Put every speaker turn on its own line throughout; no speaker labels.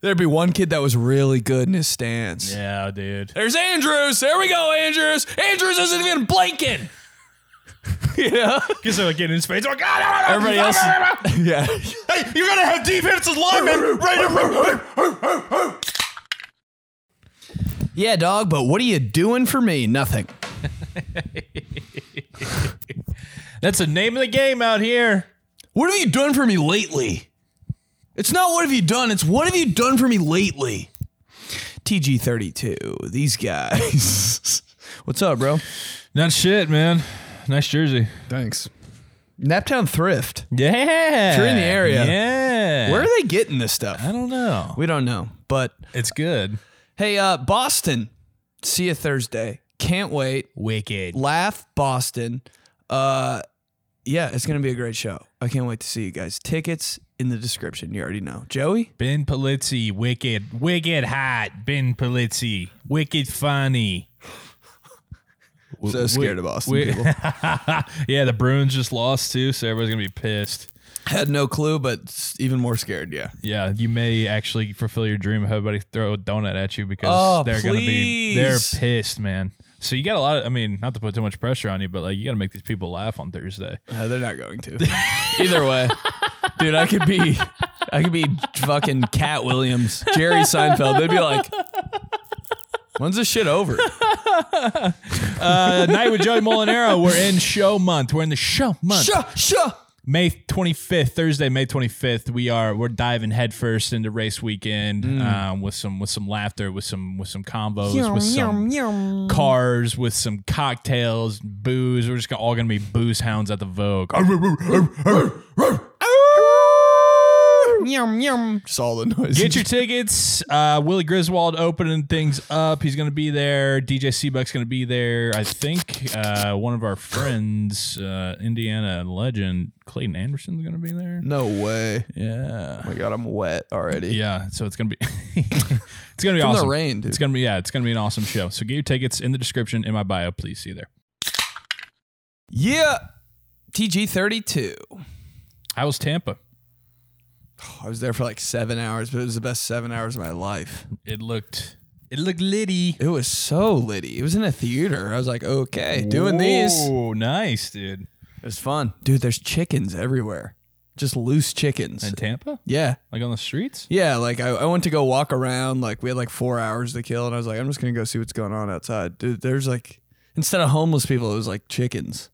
There'd be one kid that was really good in his stance.
Yeah, dude.
There's Andrews. There we go, Andrews. Andrews isn't even blinking. you know?
Because they're like getting in space. They're like, ah, no, no,
Everybody else. yeah.
Hey, you're gonna have defensive linemen right
Yeah, dog, but what are you doing for me? Nothing.
That's the name of the game out here.
What have you done for me lately? It's not what have you done, it's what have you done for me lately? TG32, these guys. What's up, bro?
Not shit, man. Nice jersey.
Thanks.
Naptown Thrift.
Yeah.
If you're in the area.
Yeah.
Where are they getting this stuff?
I don't know.
We don't know. But
It's good.
hey, uh, Boston, see you Thursday. Can't wait.
Wicked.
Laugh Boston. Uh, yeah, it's going to be a great show. I can't wait to see you guys. Tickets in the description. You already know. Joey?
Ben Polizzi, wicked, wicked hot. Ben Polizzi, wicked funny.
So scared of Boston people.
yeah, the Bruins just lost too, so everybody's gonna be pissed.
Had no clue, but s- even more scared. Yeah.
Yeah, you may actually fulfill your dream of everybody throw a donut at you because
Oh,
they're gonna be they're
please.
pissed, man. So you got a lot of I mean, not to put too much pressure on you, but like you gotta make these people laugh on Thursday.
No, Uh, they're not going to. Either way, dude, I could be, I could be fucking Cat Williams, Jerry Seinfeld. They'd be like, "When's this shit over?"
Uh, Night with Joey Molinaro, we're in show month. We're in the show month.
Shuh, shuh.
May 25th, Thursday, May 25th, we are we're diving headfirst into race weekend um, with some with some laughter, with some with some combos, with some cars, with some cocktails, booze. We're just gonna, all gonna be booze hounds at the Vogue.
Yum yum. Just all the noise.
Get your tickets. Uh, Willie Griswold opening things up. He's gonna be there. DJ Seabuck's gonna be there. I think uh, one of our friends, uh, Indiana legend Clayton Anderson's gonna be there.
no way.
Yeah.
Oh my god, I'm wet already.
Yeah, so it's gonna be it's gonna be
From
awesome.
the rain, dude.
It's gonna be yeah, it's gonna be an awesome show. So get your tickets in the description in my bio, please. See you there.
yeah. TG32.
How was Tampa?
I was there for like seven hours, but it was the best seven hours of my life.
It looked it looked litty.
It was so litty. It was in a theater. I was like, okay, doing these.
Oh, nice, dude.
It's fun. Dude, there's chickens everywhere. Just loose chickens.
In Tampa?
yeah.
Like on the streets?
Yeah. Like I, I went to go walk around. Like we had like four hours to kill. And I was like, I'm just going to go see what's going on outside. Dude, there's like, instead of homeless people, it was like chickens.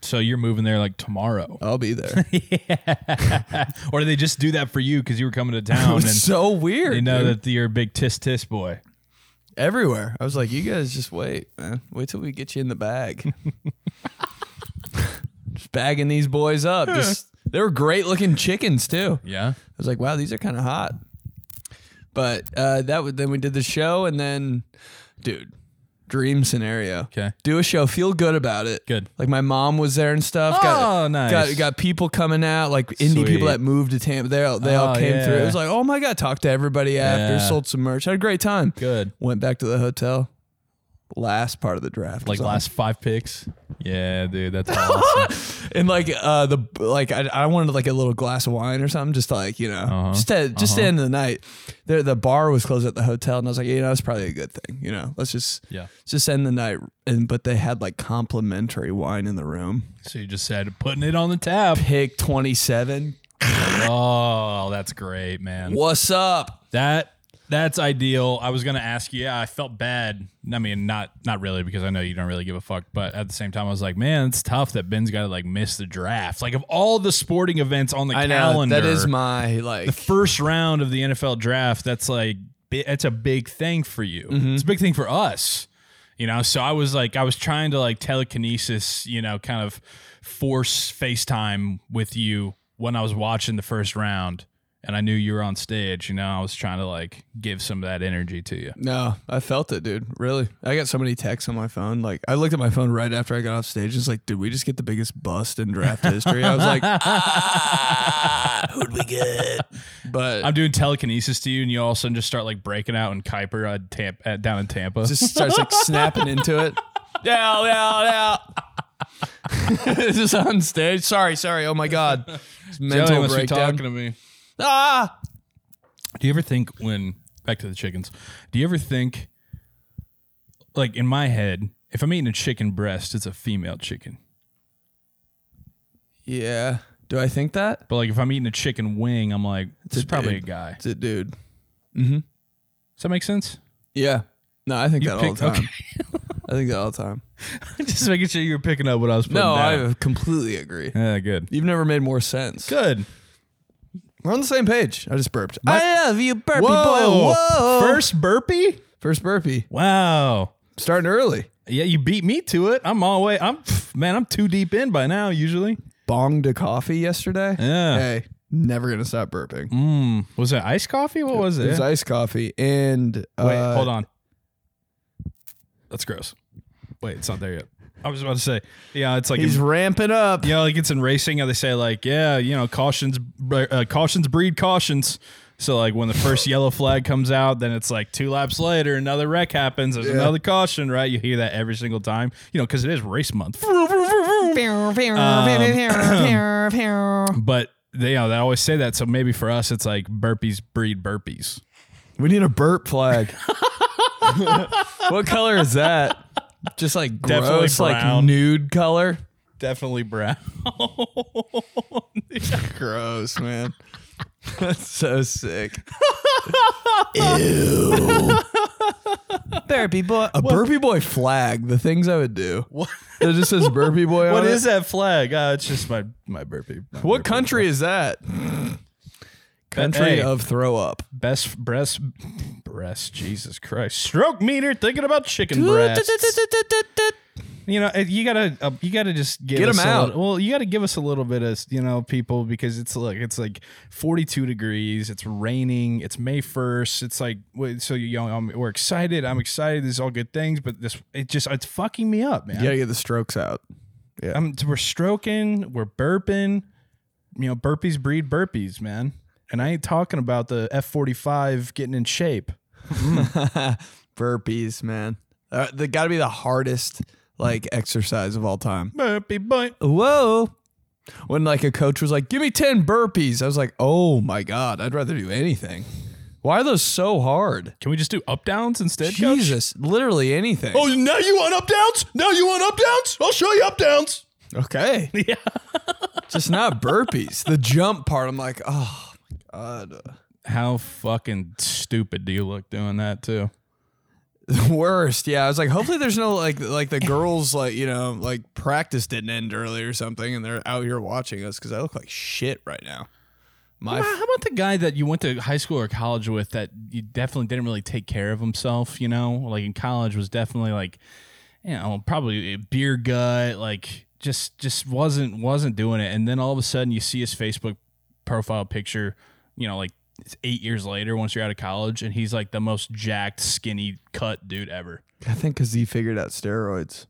So you're moving there like tomorrow.
I'll be there.
yeah. or did they just do that for you because you were coming to
it
town
was
and
so weird.
they know
dude.
that you're a big tis tis boy.
everywhere. I was like, you guys just wait, man. Wait till we get you in the bag. just bagging these boys up. Just they were great looking chickens too. I
Yeah.
was like, wow, these are kind of hot. But uh, that would then we did the show and then, dude, dream scenario.
'Kay.
do a show, feel good about it.
Good.
Like my mom was there and stuff. got,
Oh, nice.
Got got people coming out, like indie people
Sweet.
that moved to Tampa. They all, they all
Oh,
came through. It
yeah.
was like, oh my god, talked to everybody after,
Yeah.
sold some merch, had a great time.
Good.
Went back to the hotel. Last part of the draft,
Like
was on.
last five picks. Yeah, dude. That's awesome.
and like uh the like I, I wanted like a little glass of wine or something, just to like you know,
Uh-huh.
just to just to end the night. There the bar was closed at the hotel, and I was like, you know, it's probably a good thing. You know, let's just
yeah.
just end the night. And but they had like complimentary wine in the room.
So you just said putting it on the tab.
Pick twenty seven.
Oh, that's great, man.
What's up?
That that's ideal. I was gonna ask you. Yeah, I felt bad. I mean, not not really because I know you don't really give a fuck. But at the same time, I was like, man, it's tough that Ben's got to like miss the draft. Like of all the sporting events on the
I know
calendar,
that is my like.
the first round of the NFL draft. That's like bi- that's a big thing for you. It's a big thing for us. You know, so I was like, I was trying to like telekinesis, you know, kind of force FaceTime with you when I was watching the first round and I knew you were on stage. You know, I was trying to like give some of that energy to you.
no, I felt it, dude. Really, I got so many texts on my phone. Like, I looked at my phone right after I got off stage. It's like, did we just get the biggest bust in draft history? I was like, ah, who'd we get? But
I'm doing telekinesis to you, and you all of a sudden just start like breaking out in Kuiper at Tampa, at, down in Tampa.
just starts like snapping into it. Yeah, yeah, yeah. just on stage. Sorry, sorry. Oh my god, It's
Joey
mental
must be
breakdown.
talking to me.
Ah.
Do you ever think when back to the chickens? Do you ever think like in my head, if I'm eating a chicken breast, it's a female chicken.
Yeah. Do I think that?
But like if I'm eating a chicken wing, I'm like, this is probably a
dude.
guy.
It's a dude.
Does that make sense?
Yeah. No, I think
You
that all
picked-
the time. I think that all the time.
Just making sure you were picking up what I was putting
No,
down.
I completely agree.
yeah, good.
You've never made more sense.
Good.
We're on the same page. I just burped.
My-
I love you, burpee
Whoa.
boy. Whoa.
First burpee?
First burpee.
Wow.
Starting early.
Yeah, you beat me to it. I'm all way. I'm man. I'm too deep in by now. Usually,
Bonged a coffee yesterday.
Yeah.
Hey, never gonna stop burping.
mm, was it iced coffee? What was it?
It was iced coffee and uh,
Wait, hold on. That's gross. Wait, it's not there yet. I was about to say, yeah, it's like
He's
in,
ramping up.
you know, like it's in racing. How they say like, yeah, you know, cautions, bre- uh, cautions breed cautions. So like when the first yellow flag comes out, then it's like two laps later, another wreck happens. There's another caution, right? You hear that every single time, you know, because it is race month.
Um,
But they, you know, they always say that. So maybe for us, it's like burpees breed burpees.
We need a burp flag. what color is that? Just like
Definitely
gross, like
brown.
nude color.
Definitely brown.
Gross, man. That's so sick.
Burpee boy.
A burpee boy flag. The things I would do. What? It just says burpee boy.
What
on
is
it.
that flag? Uh, it's just my my burpee. My
What
burpee.
country is that? Country
hey.
of throw up.
Best breast, breast. Jesus Christ! Stroke meter. Thinking about chicken breasts. You know, uh, you gotta uh, you gotta just give
Get
us
'em
a
out.
little- well, you gotta give us a little bit of you know people because it's like it's like forty two degrees. It's raining. It's May first. It's like wait, so you know I'm, we're excited. I'm excited. These are all good things, but this it just it's fucking me up, man.
You gotta get the strokes out.
I'm, we're stroking, we're burping. You know, burpees breed burpees, man. And I ain't talking about the F45 getting in shape.
Burpees, man. Uh, they gotta be the hardest like exercise of all time.
Burpee boy.
Whoa. When like a coach was like, give me 10 burpees. I was like, oh my God, I'd rather do anything. Why are those so hard?
Can we just do up downs instead, coach?
Jesus, literally anything.
Oh, now you want up downs? Now you want up downs? I'll show you up downs.
okay. Yeah. Just not burpees. The jump part, I'm like, oh my God.
How fucking stupid do you look doing that too?
The worst. Yeah. I was like, hopefully there's no like, like the girls, like, you know, like practice didn't end early or something and they're out here watching us because I look like shit right now. My
How about the guy that you went to high school or college with that you definitely didn't really take care of himself, you know? Like in college was definitely like you know, probably a beer gut, like just just wasn't wasn't doing it. And then all of a sudden you see his Facebook profile picture, you know, like it's 8 years later once you're out of college and he's like the most jacked, skinny, cut dude ever.
I think because he figured out steroids.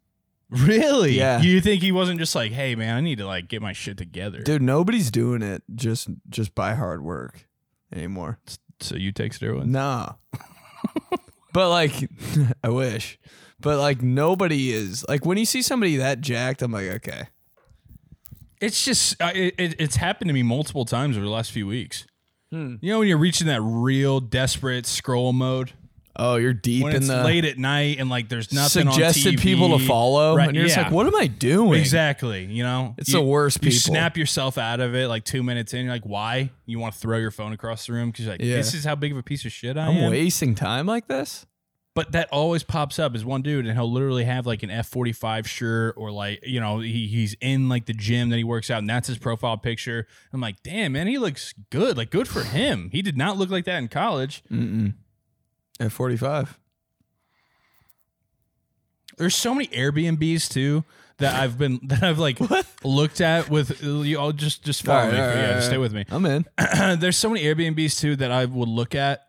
Really?
Yeah.
You think he wasn't just like, "Hey man, I need to like get my shit together."
Dude, nobody's doing it just just by hard work anymore.
So you take steroids?
Nah. but like I wish. But like nobody is. Like when you see somebody that jacked, I'm like, okay.
It's just uh, it, it, it's happened to me multiple times over the last few weeks.
Hmm.
You know when you're reaching that real desperate scroll mode
Oh, you're deep
when
in
it's
the
late at night and like there's nothing on
suggested
TV.
people to follow.
Right,
and you're just
yeah.
like, what am I doing?
Exactly. You know,
It's
You-
the worst
You
people.
snap yourself out of it like two minutes in. You're like, why? You want to throw your phone across the room because you're like,
Yeah.
this is how big of a piece of shit I
I'm
am.
wasting time like this?
But that always pops up as one dude, and he'll literally have like an F45 shirt, or like you know he, he's in like the gym that he works out, and that's his profile picture. I'm like, damn man, he looks good. Like good for him. He did not look like that in college.
Mm-mm. At 45.
There's so many Airbnbs too that I've been that I've like looked at with uh, you all just just follow
All right,
me.
all right,
yeah,
all right.
stay with me.
I'm in.
There's so many Airbnbs too that I would look at,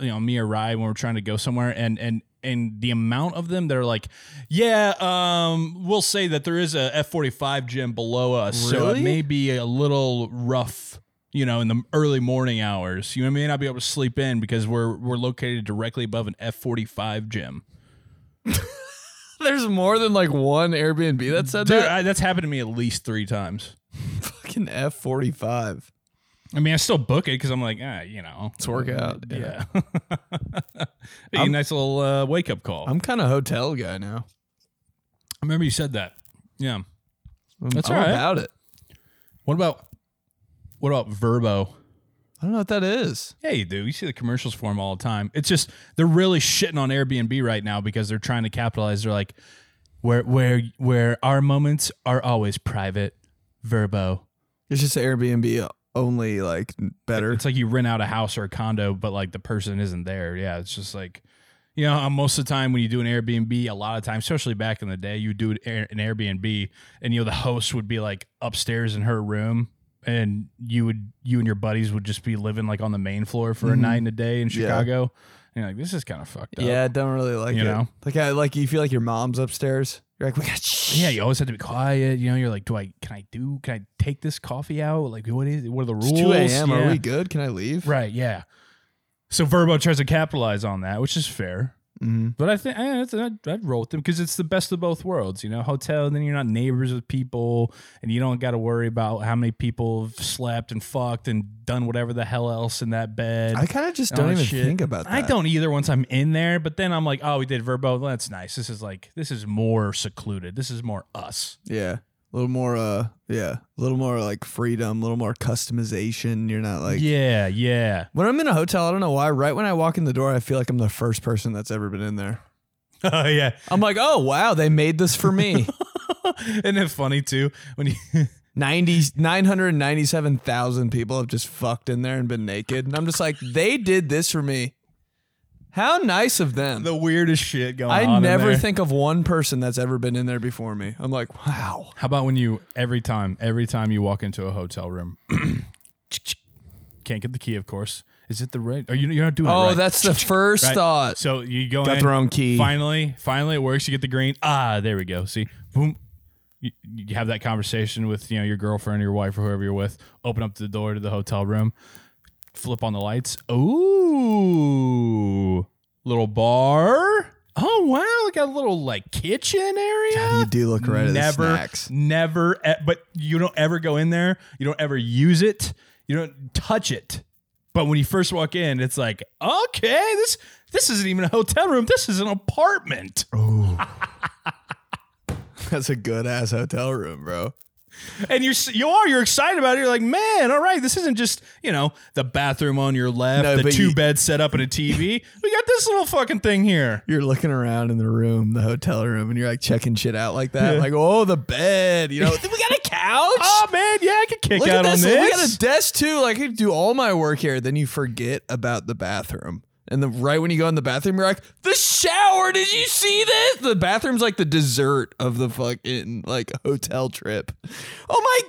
you know, me or Rye when we're trying to go somewhere and and and the amount of them that are like, yeah, um, we'll say that there is a F45 gym below us, so it
Really?
may be a little rough, you know, in the early morning hours. You may not be able to sleep in because we're we're located directly above an F45 gym.
There's more than like one Airbnb that said
Dude,
that.
I, that's happened to me at least three times.
Fucking F45.
I mean, I still book it because I'm like, ah, you know,
It's workout.
Mm, yeah. Be a nice little uh, wake up call. i
I'm kind of hotel guy now.
remember you said that. Yeah.
I'm,
That's
I'm
all right.
about it.
What about what about Verbo?
I don't know what that is.
Yeah, you do. You see the commercials for them all the time. It's just they're really shitting on Airbnb right now because they're trying to capitalize. They're like, where where where our moments are always private. Verbo.
It's just Airbnb only, like better.
It's like you rent out a house or a condo, but like the person isn't there. Yeah, it's just like, you know, uh, most of the time when you do an Airbnb, a lot of times, especially back in the day, you do an Air- an Airbnb, and you know the host would be like upstairs in her room, and you would you and your buddies would just be living like on the main floor for a
Mm-hmm.
night and a day in Chicago. And you're like, this is kind of fucked up.
yeah, I don't really like
You
it.
know?
Like I like you feel like your mom's upstairs. You're like, we got shh.
Yeah, you always have to be quiet. You know, you're like, do I can I do can I take this coffee out? Like, what is what are the rules?
It's 2 a.m. Are
Yeah.
we good? Can I leave?
Right, yeah. So Verbo tries to capitalize on that, which is fair.
Mhm.
But I think eh, that's- I'd, I'd roll with them because it's the best of both worlds. You know, hotel, and then you're not neighbors with people, and you don't got to worry about how many people have slept and fucked and done whatever the hell else in that bed.
I kind of just
and
don't
all
even
that shit.
think about that.
I don't either once I'm in there, but then I'm like, oh, we did Verbo. Well, that's nice. This is like, this is more secluded. This is more us.
Yeah. A little more uh yeah. A little more like freedom, a little more customization. You're not like
yeah, yeah.
when I'm in a hotel, I don't know why. Right when I walk in the door, I feel like I'm the first person that's ever been in there.
Oh, yeah.
I'm like, oh wow, they made this for me.
Isn't it funny, too? When you.
90, 997,000 people have just fucked in there and been naked. And I'm just like, they did this for me. How nice of them.
the weirdest shit going on.
I
in
never
there.
think of one person that's ever been in there before me. I'm like, wow.
How about when you every time every time you walk into a hotel room, can't get the key, of course. Is it the right? Are you you're not doing? it
Oh,
right.
that's the first
Right.
thought.
So you go
Got
in.
the wrong key.
Finally, finally, it works. You get the green. Ah, there we go. See, boom. You, you have that conversation with you know your girlfriend, or your wife, or whoever you're with. Open up the door to the hotel room. Flip on the lights. Ooh, little bar. Oh wow, we got a little like kitchen area.
You do look right at the
never,
snacks.
never. e- But you don't ever go in there. You don't ever use it. You don't touch it. But when you first walk in, it's like, okay, this this isn't even a hotel room. This is an apartment.
Oh. That's a good ass hotel room, bro.
And you're s- you are you're excited about it. You're like, man, all right, this isn't just you know the bathroom on your left,
No,
the
but
two
you-
bed set up and a TV. we got this little fucking thing here.
You're looking around in the room, the hotel room, and you're like checking shit out like that. Like, oh, the bed. You know, we got a couch.
Oh man, yeah, I could kick
Look
out
at this.
on this.
We got a desk too. Like I could do all my work here. Then you forget about the bathroom. And then right when you go in the bathroom, you're like, the shower, did you see this? The bathroom's like the dessert of the fucking like hotel trip. Oh my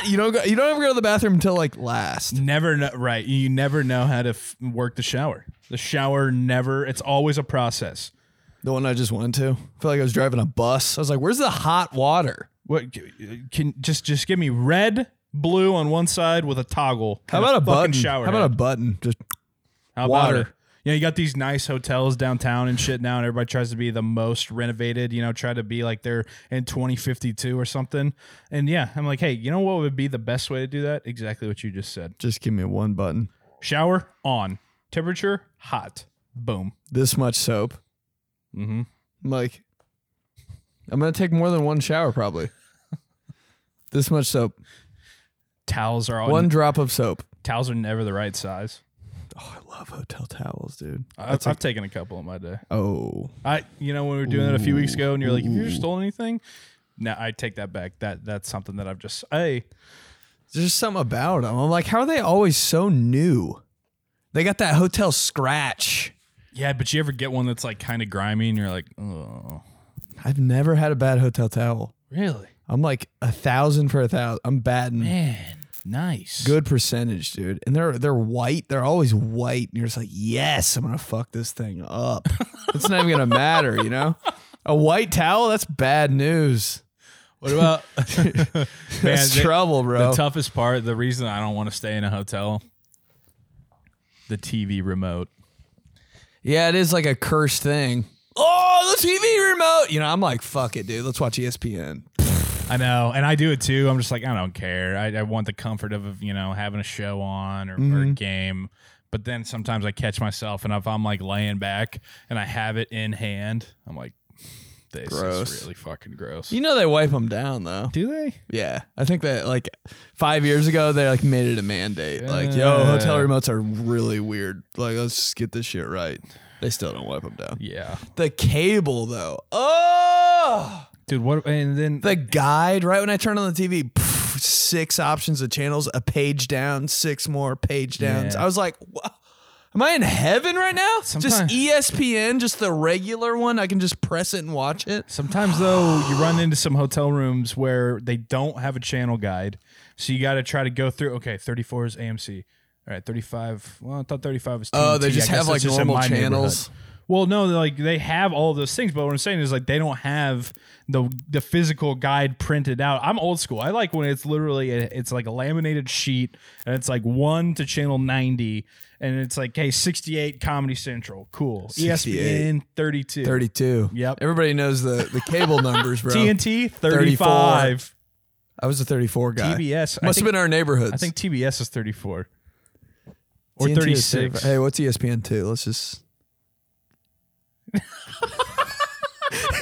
god! You don't go you don't ever go to the bathroom until like last.
Never know, right? You never know how to f- work the shower. The shower never. It's always a process.
The one I just went to. I feel like I was driving a bus. I was like, where's the hot water?
What c- can just just give me red, blue on one side with a toggle.
How
and
about a
fucking
button?
shower?
How about a
head.
button? Just
How
water?
it? Yeah, you got these nice hotels downtown and shit now, and everybody tries to be the most renovated. You know, try to be like they're in 2052 or something. And yeah, I'm like, hey, you know what would be the best way to do that? Exactly what you just said.
just give me one button.
Shower on, temperature hot, boom.
This much soap.
Mm-hmm.
I'm like, I'm gonna take more than one shower probably. this much soap,
Towels are all
one drop of soap.
towels are never the right size.
Oh, I love hotel towels, dude.
I- I've, taken a couple in my day.
Oh,
I, you know, when we were doing that a few weeks ago, and you're like, "Have you ever stolen anything?" No, I take that back. That that's something that I've just. Hey,
there's just something about them. I'm like, how are they always so new? They got that hotel scratch.
yeah, but you ever get one that's like kind of grimy, and you're like, "Oh,
I've never had a bad hotel towel.
really?
I'm like a thousand for a thousand. I'm batting
Man, nice.
good percentage, dude. And they're they're white. They're always white. And you're just like, yes, I'm gonna fuck this thing up. it's not even gonna matter, you know. A white towel, that's bad news.
What about man?
That's
the-
trouble,
the
bro.
toughest part, the reason I don't want to stay in a hotel, the TV remote.
yeah, it is like a E cursed thing. Oh, the TV remote. You know, I'm like, fuck it, dude. Let's watch ESPN.
I know, and I do it too. I'm just like, I don't care. I, I want the comfort of you know having a show on or,
Mm-hmm.
or a game. But then sometimes I catch myself, and if I'm like laying back and I have it in hand, I'm like, this
Gross.
is really fucking gross.
You know they wipe them down though.
do they?
Yeah, I think that like five years ago they like made it a mandate. Like, yo,
Yeah.
hotel remotes are really weird. Like, let's just get this shit right. They still don't wipe them down.
Yeah,
The cable though. Oh,
dude. What? And then
the guide. Right when I turn on the TV, pff, six options of channels, a page down, six more page downs.
Yeah.
I was like, "Wha- Am I in heaven right now?
Sometime-
Just E ESPN, just the regular one. I can just press it and watch it.
Sometimes though, you run into some hotel rooms where they don't have a channel guide, so you got to try to go through. Okay, thirty four is AMC. All right, thirty five. Well, I thought thirty five was. TNT.
Oh, they
I
just
guess
have,
that's
like,
in
normal
my neighborhood.
channels?
Well, no, they're, like they have all those things, but what I'm saying is like they don't have the the physical guide printed out. I'm old school. I like when it's literally a, it's like a laminated sheet and it's like one to channel 90 and it's like hey 68 Comedy Central, cool. E
68.
ESPN 32.
32.
Yep.
Everybody knows the, the cable numbers, bro.
TNT 35.
I was a 34 guy.
TBS. I
Must
think,
have been our neighborhoods.
I think TBS is 34 or
TNT is
36.
safer. Hey, what's E ESPN two? Let's just.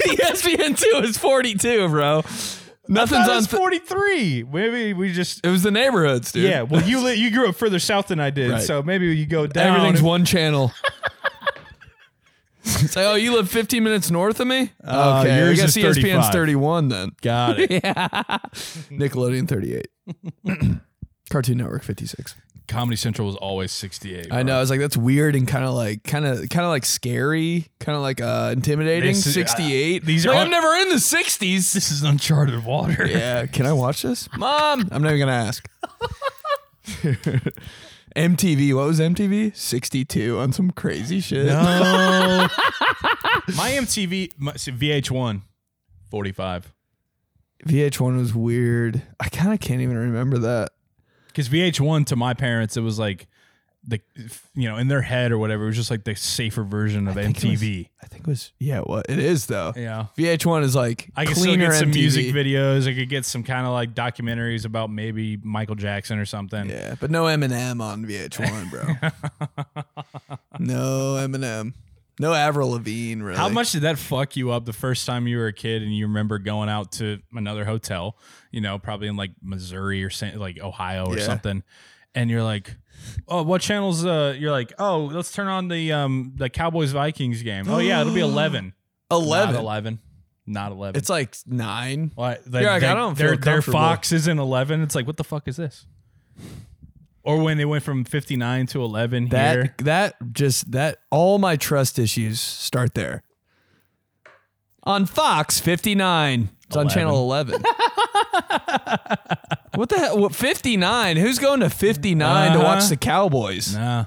E ESPN two is forty two, bro. Nothing's
That
on.
is
Th-
43. Maybe we just
it was the neighborhoods, dude.
Yeah, well you li- you grew up further south than I did,
Right.
so maybe you go down.
everything's one channel. it's like, oh, you live fifteen minutes north of me.
Uh,
I
yours
guess E
is
ESPN's
35.
thirty one then.
Got it.
Nickelodeon thirty eight. Cartoon Network fifty six.
Comedy Central was always 68.
I know. I was like, that's weird and kind of like, kind of, kind of like scary, kind of like uh, intimidating.
This is-
Sixty eight.
uh, these
like,
are-
I'm never in the sixties.
This is uncharted water.
Yeah, can I watch this? Mom, I'm not even gonna ask. MTV, what was MTV? 62 on some crazy shit.
No. my MTV, my, see, VH1, 45.
VH1 was weird. I kind of can't even remember that.
Because VH1 to my parents, it was like the, you know, in their head or whatever, it was just like the safer version of
think it was-
MTV.
I think it was yeah, what it is though.
Yeah.
VH1 is like
I could still
cleaner
get some
MTV.
music videos. I could get some kind of like documentaries about maybe Michael Jackson or something.
Yeah, but no Eminem on VH1, bro. no Eminem. No Avril Lavigne, really.
How much did that fuck you up the first time you were a kid and you remember going out to another hotel, you know, probably in like Missouri or San- like Ohio or
Yeah.
something, and you're like, "Oh, what channels?" Uh, you're like, "Oh, let's turn on the um the Cowboys Vikings game." Oh yeah, it'll be eleven.
11.
Not eleven. Not eleven.
It's like 9.
What? They,
You're like,
they,
I don't feel
their, their
comfortable.
Fox is in 11. It's like, what the fuck is this? Or when they went from 59 to 11
That
here.
that just that all my trust issues start there. On Fox 59. It's on
11.
channel 11. what the hell? What 59? Who's going to 59 to watch
Uh-huh.
the Cowboys?
Nah.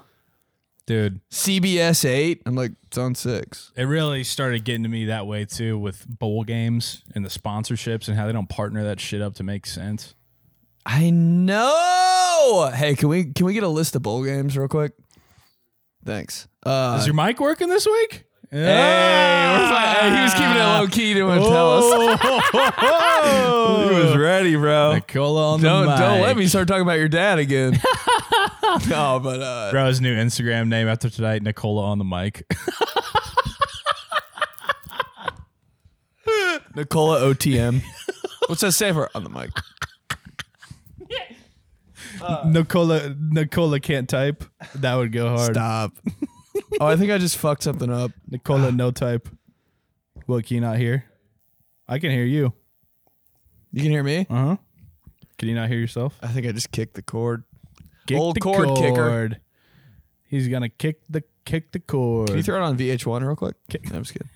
Dude,
CBS 8. I'm like, it's on 6.
it really started getting to me that way too with bowl games and the sponsorships and how they don't partner that shit up to make sense.
I know. Hey, can we can we get a list of bowl games real quick? Thanks. Uh
Is your mic working this week? Hey,
Hey, we're fine. Hey, he was keeping it low key to tell us. He was ready, bro.
Nicola on
Don't
the mic.
don't let me start talking about your dad again. no, but uh,
Bro, his new Instagram name after tonight, Nicola on the mic.
Nicola OTM. What's that say for on the mic?
Nicola Nicola can't type. That would go hard.
Stop. oh, I think I just fucked something up.
Nicola, no type. What, can you not hear? I can hear you.
You can hear me?
Uh huh. Can you not hear yourself?
I think I just kicked the cord.
Kick
Old cord kicker.
cord. He's gonna kick the kick the cord.
Can you throw it on VH1 real quick? No, I'm just kidding.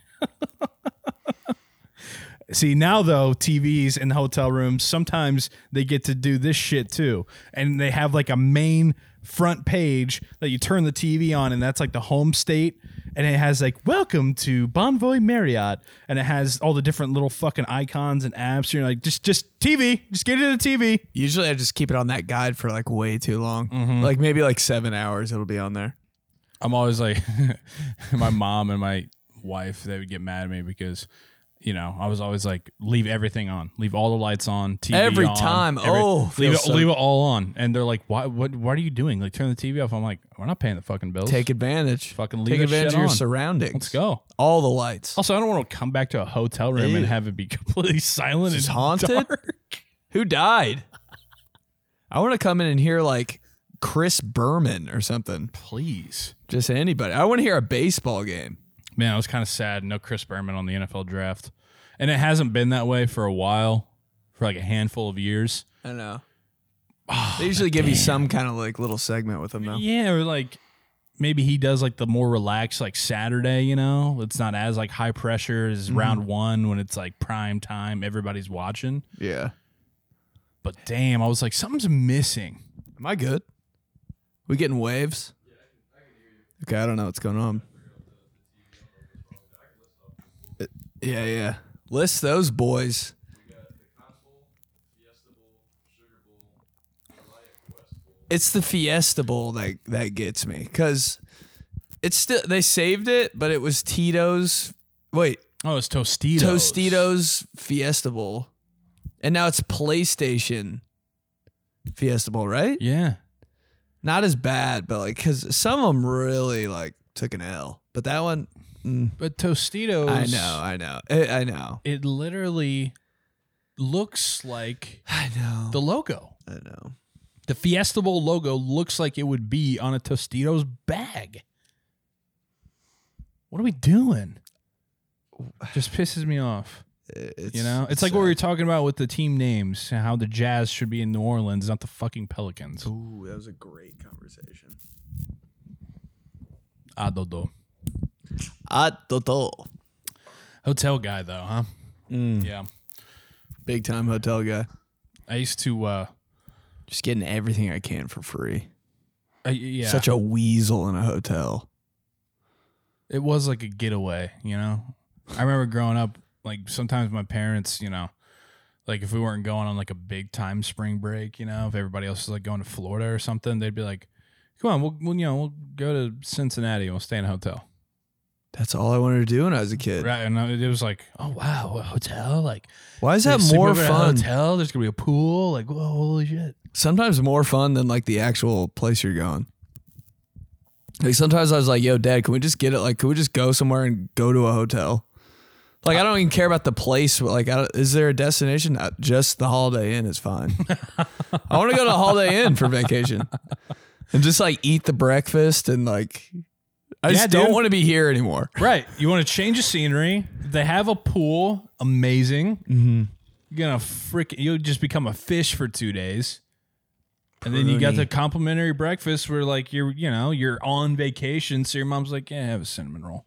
See now though, TVs in hotel rooms sometimes they get to do this shit too, and they have like a main front page that you turn the TV on, and that's like the home state, and it has like "Welcome to Bonvoy Marriott," and it has all the different little fucking icons and apps. You're like, just just TV, just get it to the TV.
Usually I just keep it on that guide for like way too long.
Mm-hmm.
Like maybe like seven hours it'll be on there.
I'm always like, my mom and my wife, they would get mad at me because you know, I was always like, leave everything on, leave all the lights on, TV
Every
on,
time. Oh,
leave it,
feels so-
leave it all on, and they're like, why, what, what are you doing? Like, turn the TV off. I'm like, we're not paying the fucking bills.
Take advantage.
Fucking leave
Take
that
advantage
shit
of your
on.
surroundings.
Let's go.
All the lights.
Also, I don't want to come back to a hotel room
Ew.
and have it be completely silent.
It's
and
haunted?
dark.
Who died? I want to come in and hear like Chris Berman or something.
Please,
Just anybody. I want to hear a baseball game.
man, I was kind of sad. No Chris Berman on the NFL draft, and it hasn't been that way for a while, for like a handful of years.
I don't know.
Oh,
they usually give you some kind of like little segment with them though.
Yeah, or like maybe he does like the more relaxed like Saturday, you know? It's not as like high pressure as
Mm-hmm.
round 1 when it's like prime time, everybody's watching.
Yeah.
But damn, I was like something's missing.
Am I good? We getting waves? Okay, I don't know what's going on. Uh, Yeah, yeah. List those boys. It's the Fiesta Bowl that that gets me because it's still they saved it, but it was Tito's. Wait,
Oh, it's Tostitos.
Tostitos Fiesta Bowl, and now it's PlayStation Fiesta Bowl, right?
Yeah.
not as bad, but like because some of them really like took an L, but that one, mm,
But Tostitos
I know, I know, eh, I, I know,
It literally looks like
I know,
the logo.
I know.
The Fiesta Bowl logo looks like it would be on a Tostitos bag. What are we doing? Just pisses me off.
It- It's,
You know, it's like what we
uh,
were talking about with the team names, and how the Jazz should be in New Orleans, not the fucking Pelicans.
Ooh, that was a great conversation.
Adodo.
Ah, Toto,
Hotel guy though, huh?
Hmm.
Yeah,
mm, big time hotel guy,
I used to. uh
just getting everything I can for free.
I, Yeah,
Such a weasel in a hotel.
it was like a getaway. You know, I remember growing up. Like sometimes my parents, you know, like if we weren't going on like a big time spring break, you know, if everybody else was like going to Florida or something, they'd be like, "Come on, we'll, we'll you know we'll go to Cincinnati. and We'll stay in a hotel."
That's all I wanted to do when I was a kid.
Right, and I- it was like, "Oh wow, a hotel!" Like
Why is that
Sleep
more
over at a
fun?
Hotel. There's gonna be a pool. Like, whoa, holy shit!
sometimes more fun than like the actual place you're going. Like sometimes I was like, "Yo, Dad, can we just get it? Like, can we just go somewhere and go to a hotel? Like, I don't even care about the place. But like, I don't, is there a destination? Uh, Just the Holiday Inn is fine. I want to go to the Holiday Inn for vacation and just like eat the breakfast and like, I just
Yeah,
don't
dude.
want to be here anymore.
Right. You want to change the scenery? They have a pool. Amazing. Mm-hmm. You're gonna freak. You'll just become a fish for two days, and then you got the complimentary breakfast where like you're you know you're on vacation, so your mom's like, yeah, have a cinnamon roll.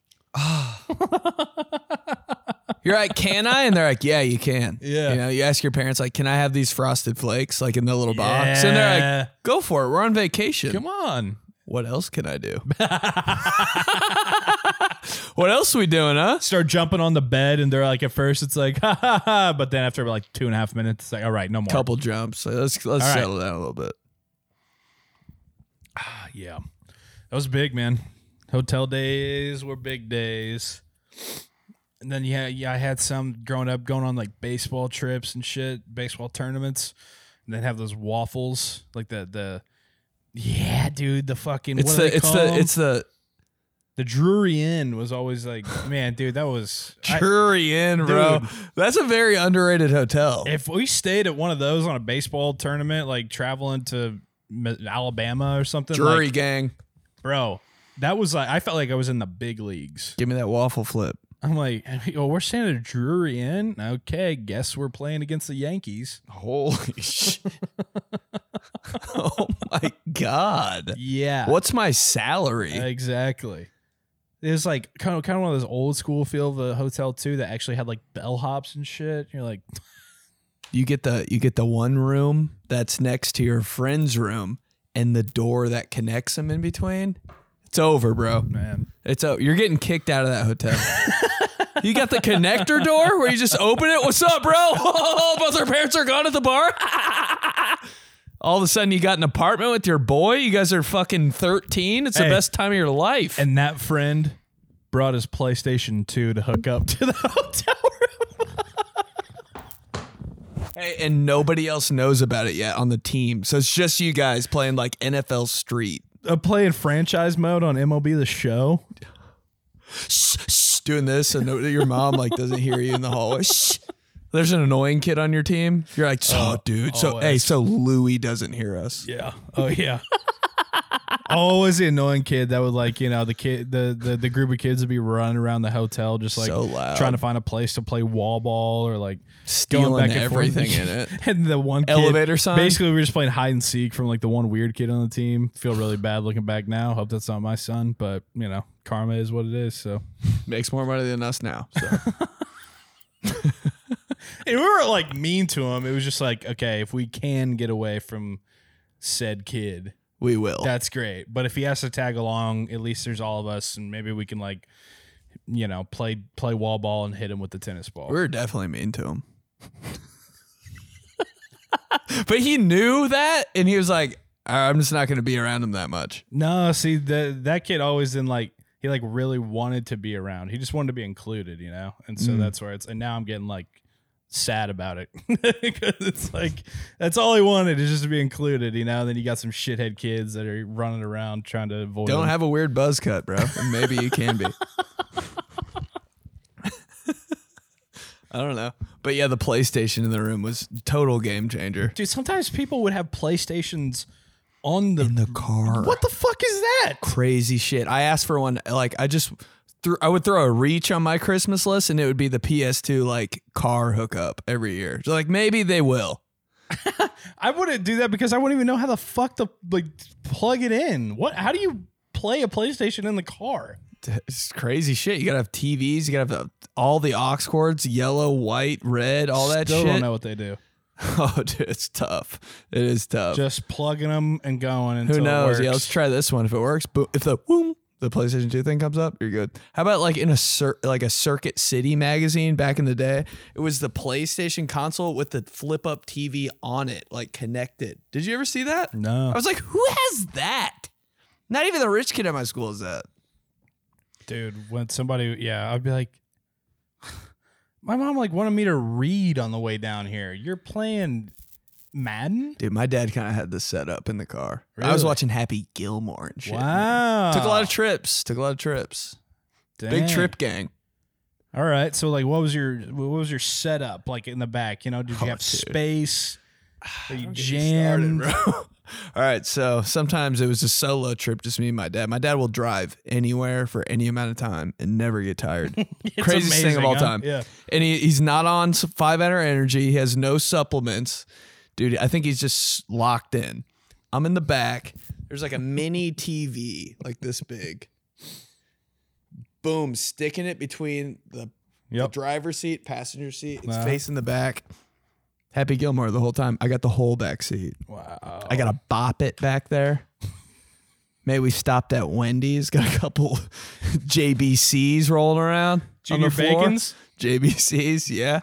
You're like, can I? And they're like, yeah, you can.
Yeah.
You know, you ask your parents like, can I have these frosted flakes like in the little box? And they're
Yeah.
like, go for it. We're on vacation.
Come on.
What else can I do? what else we doing, huh?
Start jumping on the bed, and they're like, at first it's like, ha ha ha, but then after like two and a half minutes, it's like, all right, no more.
Couple jumps. Like, Let's let's
All right.
settle down a little bit.
Yeah. That was big, man. Hotel days were big days. And then yeah, yeah, I had some growing up going on like baseball trips and shit, baseball tournaments, and then have those waffles, like the the yeah, dude, the fucking
It's
what do they
the it's
call
the
'em?
it's the
the Drury Inn was always like, man, dude, that was I-
Drury Inn, bro.
Dude.
That's a very underrated hotel.
if we stayed at one of those on a baseball tournament, like traveling to Mi- Alabama or something,
Drury
like,
gang,
bro, that was like I felt like I was in the big leagues.
give me that waffle flip.
I'm like, oh, we're staying at a Drury Inn. Okay, guess we're playing against the Yankees.
Holy shit! oh my god!
Yeah,
What's my salary?
exactly? It was like kind of kind of one of those old school feel of a hotel too that actually had like bellhops and shit. You're like,
You get the you get the one room that's next to your friend's room and the door that connects them in between. It's over, bro.
man,
It's oh, you're getting kicked out of that hotel. you got the connector door where you just open it. What's up, bro? both our parents are gone at the bar. All of a sudden, you got an apartment with your boy. You guys are fucking thirteen. It's the
Hey.
best time of your life.
and that friend brought his PlayStation 2 to hook up to the hotel room.
today, and nobody else knows about it yet on the team. So it's just you guys playing like NFL Street,
I'm playing franchise mode on MLB The Show.
shh, shh, doing this, and nobody- your mom like doesn't hear you in the hallway. Shh. There's an annoying kid on your team. You're like, so dude, so hey,
Oh, always.
so Louie doesn't hear us.
Yeah. Oh yeah. Always the annoying kid that would like you know the kid the, the the group of kids would be running around the hotel just like
So loud.
trying to find a place to play wall ball or like
Stealing
going back and
everything
forth.
in it.
and the one kid,
Elevator sign?
Basically, we were just playing hide and seek from like the one weird kid on the team. Feel really bad looking back now. Hope that's not my son, but you know karma is what it is. So
Makes more money than us now. So.
And we were like mean to him. It was just like okay, if we can get away from said kid,
we will.
That's great. But if he has to tag along, at least there's all of us, and maybe we can like, you know, play play wall ball and hit him with the tennis ball.
we were definitely mean to him. but he knew that, and he was like, "I- "I'm just not going to be around him that much."
no, see that that kid always then like he like really wanted to be around. He just wanted to be included, you know. And so
Mm.
that's where it's. And now I'm getting like sad about it because it's like that's all he wanted is just to be included, you know. And then you got some shithead kids that are running around trying to avoid.
Don't
him.
have a weird buzz cut, bro. And maybe you can be. I don't know, but yeah, the PlayStation in the room was total game changer.
Dude, sometimes people would have PlayStations on the.
In the car,
what the fuck is that?
crazy shit. I asked for one. Like I just threw. I would throw a reach on my Christmas list, and it would be the PS2 like car hookup every year. So, like maybe they will.
I wouldn't do that because I wouldn't even know how the fuck to like plug it in. What? How do you play a PlayStation in the car?
It's crazy shit. You gotta have TVs. You gotta have the, all the aux cords: yellow, white, red, all that
Still
shit.
don't know what they do.
Oh, dude, it's tough. It is tough.
Just plugging them and going. Until
Who knows?
It
Yeah, let's
works.
try this one. If it works, boom. If the boom, the PlayStation Two thing comes up, you're good. How about like in a cir- like a Circuit City magazine back in the day? It was the PlayStation console with the flip up TV on it, like connected. Did you ever see that?
No,
I was like, who has that? Not even the rich kid at my school has that.
dude. When somebody, yeah, I'd be like, my mom like wanted me to read on the way down here. You're playing Madden.
Dude, my dad kind of had this set up in the car. I was
Really?
watching Happy Gilmore and shit.
Wow,
Took a lot of trips. Took a lot of trips. Big
Dang.
trip gang.
All right, so like, what was your what was your setup like in the back? You know, did you
Oh,
have
dude.
space? Are you
Don't get me
jammed?
started, bro. All right, so sometimes it was a solo trip, just me and my dad. My dad will drive anywhere for any amount of time and never get tired.
It's
Craziest thing
amazing,
of all
huh?
time.
Yeah.
And he, he's not on s- five hour energy. He has no supplements, dude. I think he's just locked in. I'm in the back. There's like a mini TV, like this big. Boom, sticking it between the
Yep.
the driver's seat, passenger seat. It's
Uh-huh.
facing the back. Happy Gilmore the whole time. I got the whole back seat.
Wow.
I got to bop it back there. Maybe we stopped at Wendy's. Got a couple JBCs rolling around
Junior
on the floor.
Bacons?
JBCs, yeah.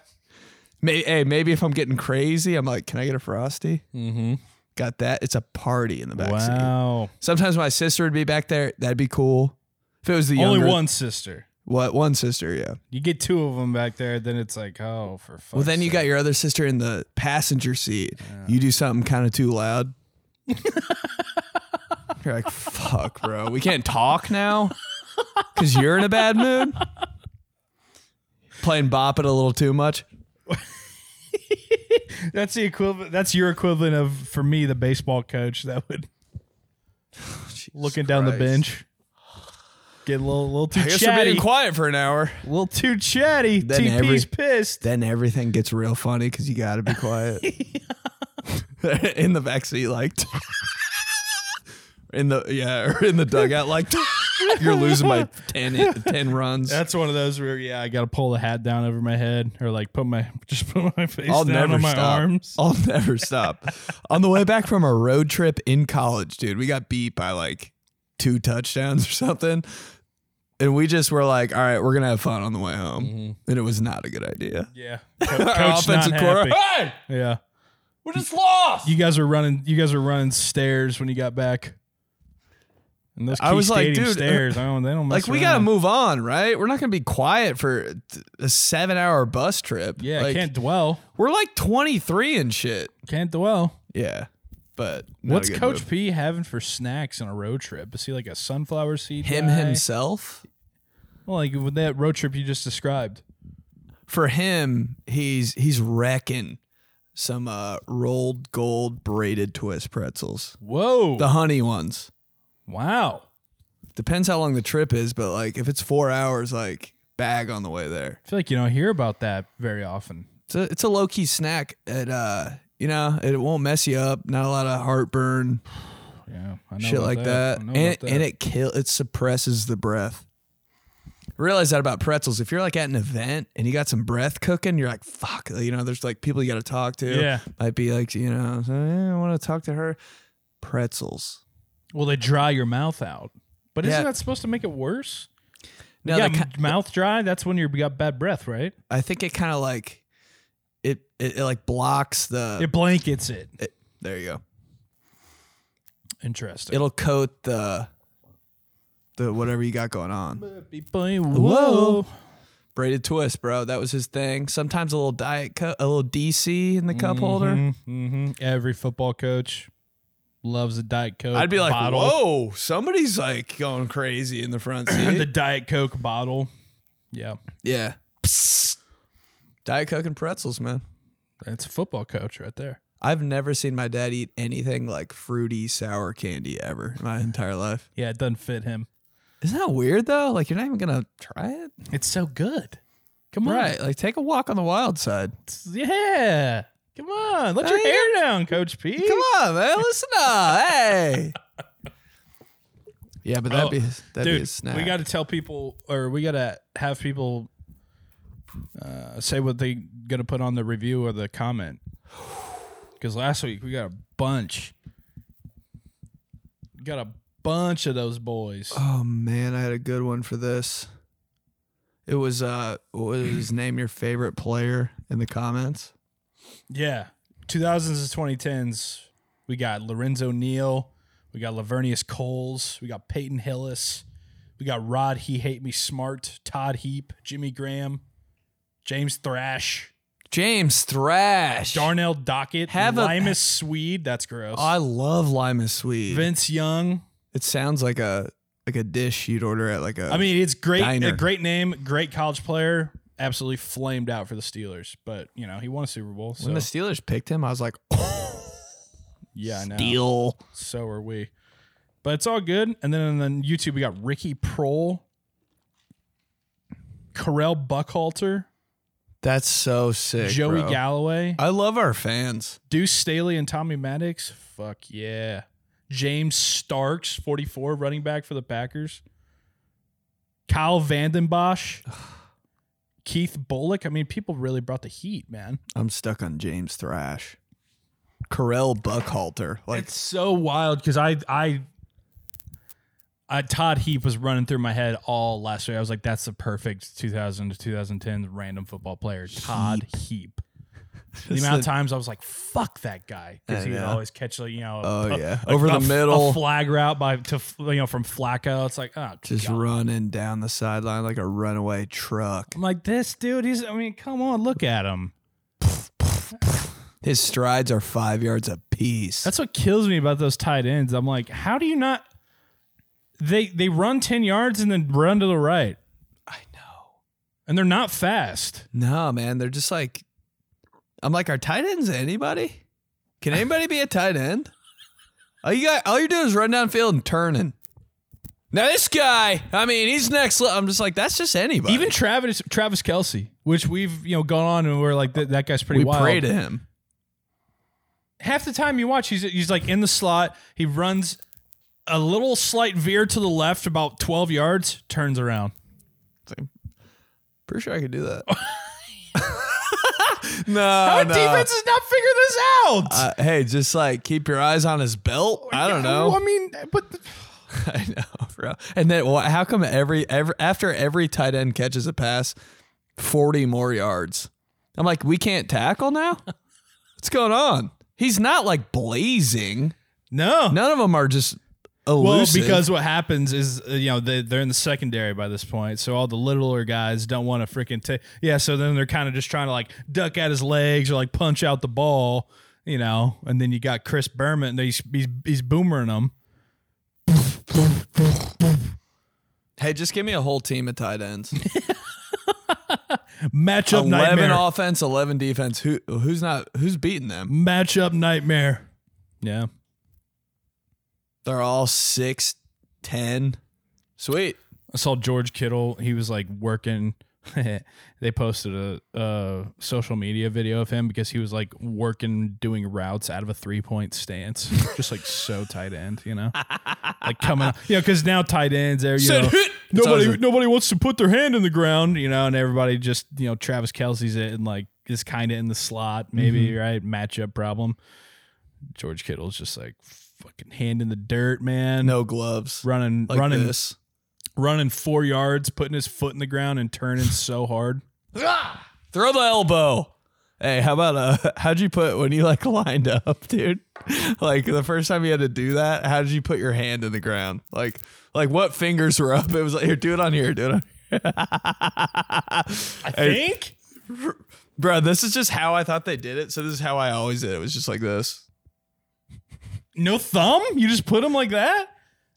May, hey, maybe if I'm getting crazy, I'm like, can I get a frosty?
Mm-hmm.
Got that? It's a party in the back seat.
Wow.
Sometimes my sister would be back there. That'd be cool. If it was the
Only
younger,
one sister.
what one sister, yeah.
You get two of them back there, then it's like, oh, for fuck's
Well, then you
sake.
got your other sister in the passenger seat. You do something kind of too loud. you're like, fuck, bro. We can't talk now because you're in a bad mood. Playing bop it a little too much.
That's the equivalent. That's your equivalent of for me the baseball coach that would looking down the
Christ.
bench, get a little little too
I guess we're
chatty,
being quiet for an hour.
a little too chatty.
Then
TP's
every-
pissed.
Then everything gets real funny because you got to be quiet. in the backseat, like. In the yeah, or in the dugout, like you're losing by 10, 10 runs.
That's one of those where yeah, I gotta pull the hat down over my head or like put my just put my face
I'll
down
never
on my
stop.
arms.
I'll never stop. On the way back from a road trip in college, dude, we got beat by like two touchdowns or something. And we just were like, all right, we're going to have fun on the way home. And it was not a good idea.
Yeah, Mm-hmm. Co- coach
Our
not
offensive
happy.
coordinator, hey,
Yeah.
we just lost.
You guys are running. You guys are running stairs when you got back. And those
I
Key
was like,
stadium
dude,
stairs. I don't. They don't
Like
mess
we
around.
gotta move on, right? We're not gonna be quiet for a seven-hour bus trip.
Yeah,
like,
can't dwell.
we're like 23 and shit.
Can't dwell.
Yeah, but not
What's
a good
Coach
move.
P having for snacks on a road trip? Is he like a sunflower seed?
Him
guy?
himself.
Well, like with that road trip you just described.
For him, he's he's wrecking some uh, rolled gold braided twist pretzels,
Whoa!
the honey ones.
wow.
Depends how long the trip is, but like if it's four hours, like bag on the way there.
I feel like you don't hear about that very often.
It's a, it's a low key snack. It uh, you know, it won't mess you up. Not a lot of heartburn,
Yeah, I know
shit
about
like
that.
that.
I know
And,
about that.
and it kill it suppresses the breath. Realize that about pretzels. If you're like at an event and you got some breath cooking, you're like, fuck, you know, there's like people you got to talk to.
Yeah.
might be like, you know, "Eh, I want to talk to her. Pretzels.
Well, they dry your mouth out. But isn't
Yeah.
that supposed to make it worse?
No,
yeah,
they ki-
mouth dry. That's when you got bad breath, right?
I think it kind of like it, it it like blocks the.
it blankets it.
it- there you go.
Interesting.
It'll coat the the whatever you got going on.
Whoa.
braided twist, bro. That was his thing. Sometimes a little diet, co- a little DC in the cup
Mm-hmm.
holder.
hmm Every football coach loves a Diet Coke.
I'd be like,
bottle.
whoa, somebody's like going crazy in the front
the
seat.
Diet Coke bottle. Yeah,
yeah. Psst. Diet Coke and pretzels, man.
that's a football coach right there.
I've never seen my dad eat anything like fruity sour candy ever in my entire life.
Yeah, it doesn't fit him.
Isn't that weird though? Like you're not even gonna try it,
It's so good. Come on.
right? Like take a walk on the wild side.
Yeah. Come on. Let your
yeah.
hair down, Coach P.
Come on, man. Listen up, hey. Yeah, but that'd
Oh,
be that'd be
Dude,
a snack.
we got to tell people, or we got to have people uh, say what they gonna put on the review or the comment. Because last week we got a bunch, got a bunch of those boys.
Oh man, I had a good one for this. It was uh what was his name your favorite player in the comments?
Yeah, 2000s to 2010s. We got Lorenzo Neal. We got Lavernius Coles. We got Peyton Hillis. We got Rod. He hate me smart. Todd Heap. Jimmy Graham. James Thrash.
James Thrash.
Darnell Dockett.
Have a-
Limus Swede. That's gross.
I love lima sweet.
Vince Young.
it sounds like a like a dish you'd order at like a
I mean, it's great. A
Diner.
great name. Great college player. Absolutely flamed out for the Steelers, but you know he won a Super Bowl. So
when the Steelers picked him, I was like,
yeah, I know.
deal.
So are we. But it's all good. And then on YouTube, we got Ricky Prohl, Carell Buckhalter,
That's so sick.
Joey
bro.
Galloway,
I love our fans.
Deuce Staley, and Tommy Maddox. Fuck yeah. James Starks, 44, running back for the Packers. Kyle Vanden Bosch, Keith Bullock. I mean, people really brought the heat, man.
I'm stuck on James Thrash. Carell Buckhalter. Like
it's so wild because I I I Todd Heap was running through my head all last year. I was like, that's the perfect 2000 to 2010 random football player, Todd Heap. The amount of times I was like, "Fuck that guy," because
I
he would
know.
always catch, like, you know,
Oh,
a-
yeah.
a-
Over the
a f-
middle.
a flag route by to f- you know from Flacco. It's like, oh,
just
God.
running down the sideline like a runaway truck.
I'm like, this dude. He's, I mean, come on, look at him.
His strides are five yards apiece.
That's what kills me about those tight ends. I'm like, how do you not? They they run ten yards and then run to the right.
I know.
and they're not fast.
No, man, they're just like, I'm like, are tight ends anybody? Can anybody be a tight end? All you got, all you're doing is run downfield and turning. Now this guy, I mean, he's next. level. I'm just like, that's just anybody.
Even Travis Travis Kelsey, which we've you know gone on and we're like that, that guy's pretty
we
wild.
pray to him.
Half the time you watch, he's he's like in the slot. He runs a little slight veer to the left, about twelve yards, turns around.
Pretty sure I could do that. no,
Our
no.
defense does not figure this out.
Uh, hey, just like keep your eyes on his belt. I don't know.
I mean, but
I know, bro. And then wh- how come every every after every tight end catches a pass, forty more yards? I'm like, we can't tackle now. What's going on? He's not like blazing.
no,
None of them are just elusive.
Well, because what happens is, uh, you know, they, they're in the secondary by this point, so all the littler guys don't want to freaking take. Yeah, so then they're kind of just trying to like duck at his legs or like punch out the ball, you know. And then you got Chris Berman, they, he's he's boomering them.
hey, just give me a whole team of tight ends.
Matchup
eleven
nightmare.
offense, eleven defense. Who who's not who's beating them?
Matchup nightmare. Yeah.
They're all six ten. Sweet.
I saw George Kittle. He was like working. they posted a, a social media video of him because he was like working, doing routes out of a three point stance, just like so tight end, you know, like coming, up- you know, because now tight ends there, you
Said
know,
hit. It's
nobody
always
nobody wants to put their hand in the ground, you know, and everybody just you know Travis Kelsey's it and like is kind of in the slot, maybe right matchup problem. George Kittle's just like fucking hand in the dirt, man.
No gloves.
running
Like
running
this.
running four yards, putting his foot in the ground and turning so hard.
Ah! Throw the elbow. Hey, how about uh how'd you put when you like lined up, dude? Like the first time you had to do that, how did you put your hand in the ground? Like like what fingers were up? It was like here, do it on here, do it on
I
Hey.
think.
Bro, this is just how I thought they did it. So this is how I always did it. It was just like this.
No thumb? You just put him like that?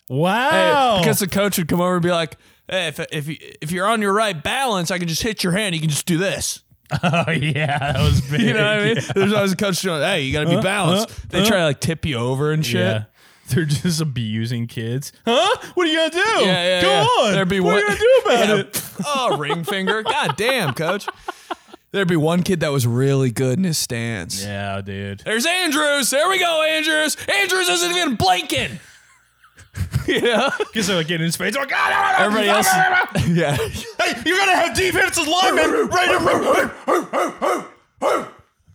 Hey,
Wow.
because the coach would come over and be like, "Hey, if if you- if you're on your right balance, I can just hit your hand. You can just do this."
oh yeah, that was big.
You know what I mean? There's always a coach going, "Hey, you got to be balanced." they try to like tip you over and shit.
Yeah. They're just abusing kids. Huh? What are you gonna do?
yeah,
Come
yeah.
on.
There'd be one,
what are you gonna do about
Yeah.
it?
Oh, ring finger. God damn, coach. There'd be one kid that was really good in his stance.
Yeah, dude.
There's Andrews. There we go, Andrews. Andrews isn't even blinking. you know?
Because they're like getting in his face. Oh, God,
Everybody else. yeah.
Hey, you're gonna have defensive linemen right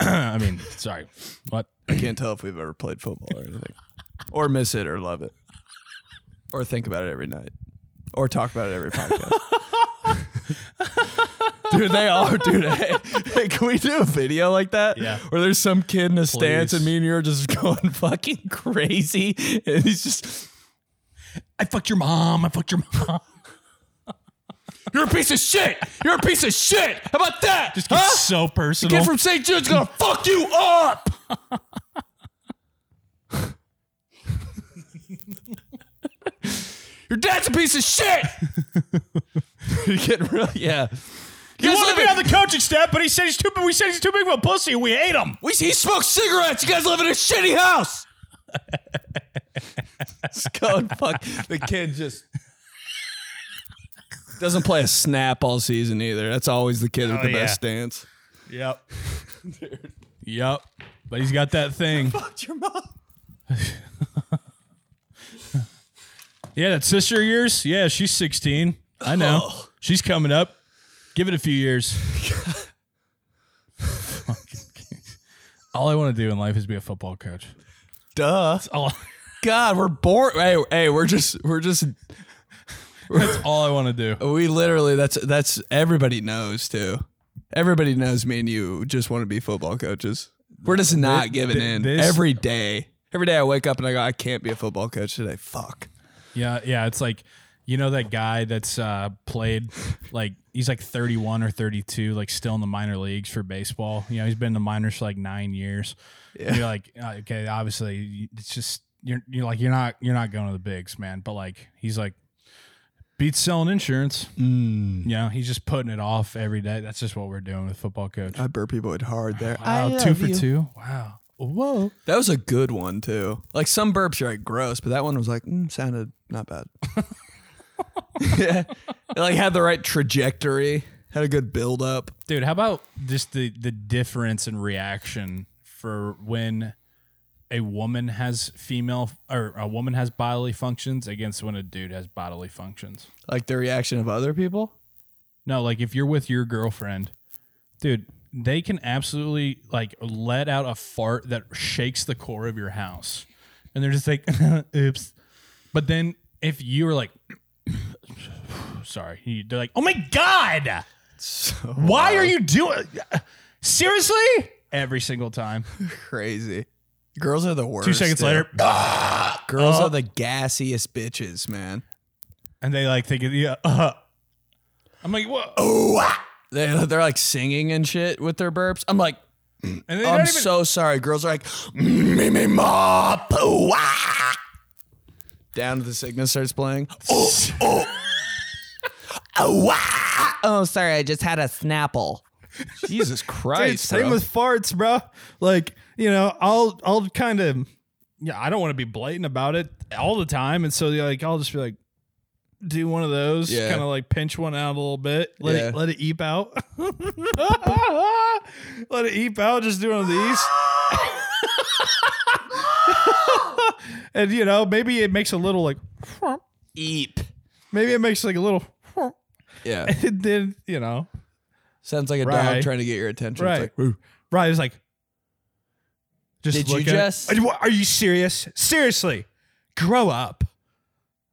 I mean, sorry. What?
I can't tell if we've ever played football or anything, or miss it or love it, or think about it every night, or talk about it every podcast. dude, they are, dude. Hey, hey, can we do a video like that?
Yeah.
Where there's some kid in a stance and
Please.
me and you are just going fucking crazy, and he's just,
I fucked your mom. I fucked your mom.
"You're a piece of shit. You're a piece of shit. How about that?
Just gets
huh?
so personal.
Kid from St. Jude's gonna fuck you up." Your dad's a piece of shit. You're getting real, yeah. You
He
guys
wanted to
live
be
in-
on the coaching staff, but he said he's too big. We said he's too big of a pussy. and We hate him.
we, he smokes cigarettes. You guys live in a shitty house. just go and fuck. The kid just doesn't play a snap all season either. That's always the kid with
Oh,
the
yeah.
best stance.
Yep. Yep. But he's got that thing.
Fuck your mom.
Yeah, that sister of yours. Yeah, she's 16. I know.
Oh.
She's coming up. Give it a few years. All I want to do in life is be a football coach.
Duh.
All,
God, we're bored. Hey, hey, we're just, we're just,
that's all I want to do.
we literally. That's that's everybody knows too. Everybody knows me and you just want to be football coaches. We're just not giving
thi-
in
this-
every day. Every day I wake up and I go, I can't be a football coach today. Fuck.
Yeah, yeah. It's like you know that guy that's uh, played like he's like 31 or 32, like still in the minor leagues for baseball. You know, he's been in the minors for like nine years. And You're like, uh, okay, obviously you- it's just you're you're like you're not you're not going to the bigs, man. But like he's like beats selling insurance.
Mm.
You know, he's just putting it off every day. That's just what we're doing with football coach.
I burpee boyed hard there.
Wow, two for two. Wow. Whoa.
That was a good one too. Like some burps are like gross, but that one was like mm, sounded not bad. yeah, it like had the right trajectory, had a good build up.
Dude, how about just the the difference in reaction for when a woman has female or a woman has bodily functions against when a dude has bodily functions?
Like the reaction of other people.
No, like if you're with your girlfriend, dude, they can absolutely like let out a fart that shakes the core of your house. And they're just like, oops. But then if you were like, sorry, you- they're like, oh my God.
So
Why are you doing seriously? Every single time.
crazy. Girls are the worst.
Two seconds
dude.
later, Uh-huh.
girls are the gassiest bitches, man.
and they like think, yeah. Uh, I'm like, what?
Oh, They they're like singing and shit with their burps. I'm like,
and they
I'm
don't even-
so sorry. Girls are like, Mimi Ma poo, ah." Down to the Cygnus starts playing. Oh, oh. Oh, ah. Oh, sorry, I just had a Snapple. Jesus Christ.
Dude, same
bro.
with farts, bro. Like, you know, I'll I'll kind of yeah, I don't want to be blatant about it all the time. And so like I'll just be like do one of those,
Yeah.
kind of like pinch one out a little bit, let
Yeah.
it let it eep out. let it eep out, just do one of these. and you know, maybe it makes a little like
Eep.
maybe it makes like a little
Yeah.
and then, you know,
Sounds like a
Right.
dog trying to get your attention. It's
Right.
like,
Right. It's like, just
Did you
look at it.
just-
Are you- Are you serious? Seriously, grow up.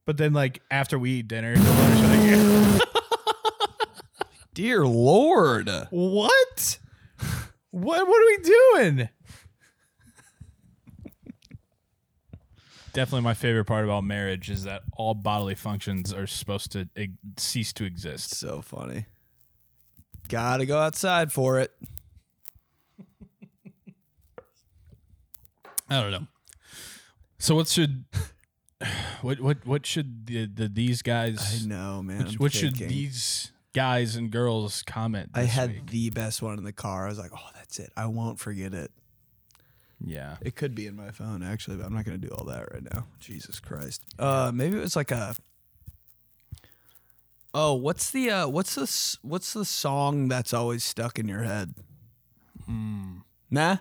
But then, like after we eat dinner, the mother's like,
Dear Lord.
what? What? What are we doing? Definitely, my favorite part about marriage is that all bodily functions are supposed to e, cease to exist.
So funny. Gotta go outside for it.
I don't know. So, what should, what what what should the, the these guys?
I know, man. I'm
What should
thinking.
these guys and girls comment?
I
this
had
week?
the best one in the car. I was like, oh, that's it. I won't forget it.
yeah.
It could be in my phone, actually, but I'm not going to do all that right now. Jesus Christ. Uh, maybe it was like a. Oh, what's the uh, what's this what's the song that's always stuck in your head?
Hmm.
Nah,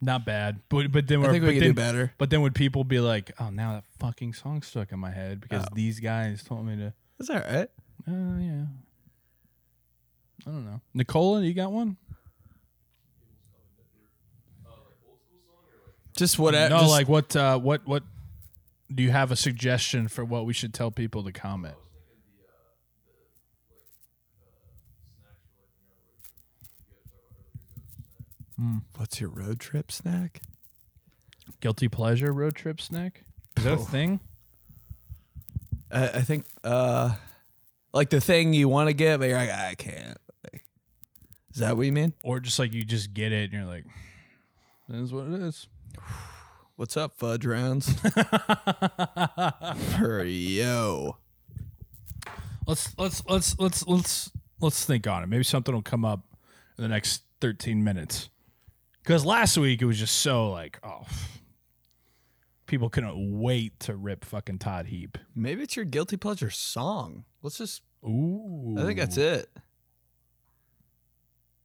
Not bad, but but then
I
we're,
think
but
we could
then,
do better.
But then would people be like, "Oh, now that fucking song's stuck in my head because
Oh.
these guys told me to."
That's all right.
Oh yeah. I don't know. Nicola, you got one?
Just whatever.
no,
just-
like what? Uh, what? What? Do you have a suggestion for what we should tell people to comment?
what's your road trip snack?
Guilty pleasure road trip snack? Is that a thing?
I, I think uh, like the thing you want to get, but you're like, I can't. Like, is that what you mean?
Or just like you just get it and you're like, "This is what it is."
What's up, fudge rounds? For yo.
Let's let's let's let's let's let's think on it. Maybe something will come up in the next 13 minutes. Because last week it was just so like, oh, people couldn't wait to rip fucking Todd Heap.
Maybe it's your guilty pleasure song. Let's just,
Ooh,
I think that's it.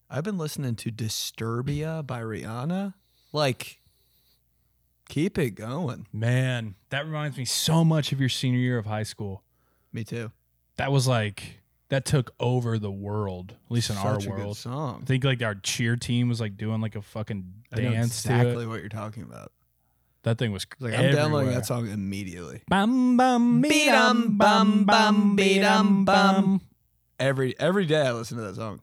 I've been listening to Disturbia by Rihanna. Like, keep it going.
Man, that reminds me so much of your senior year of high school.
Me too.
That was like that took over the world, at least in our
Such a good
world. I
song.
think like our cheer team was like doing like a fucking
I know
dance to
exactly
it.
what you're talking about.
That thing was
Like, I'm downloading
everywhere.
that song immediately.
Bum bum
Be-dum, bum, bum, be-dum, bum. Every every day I listen to that song.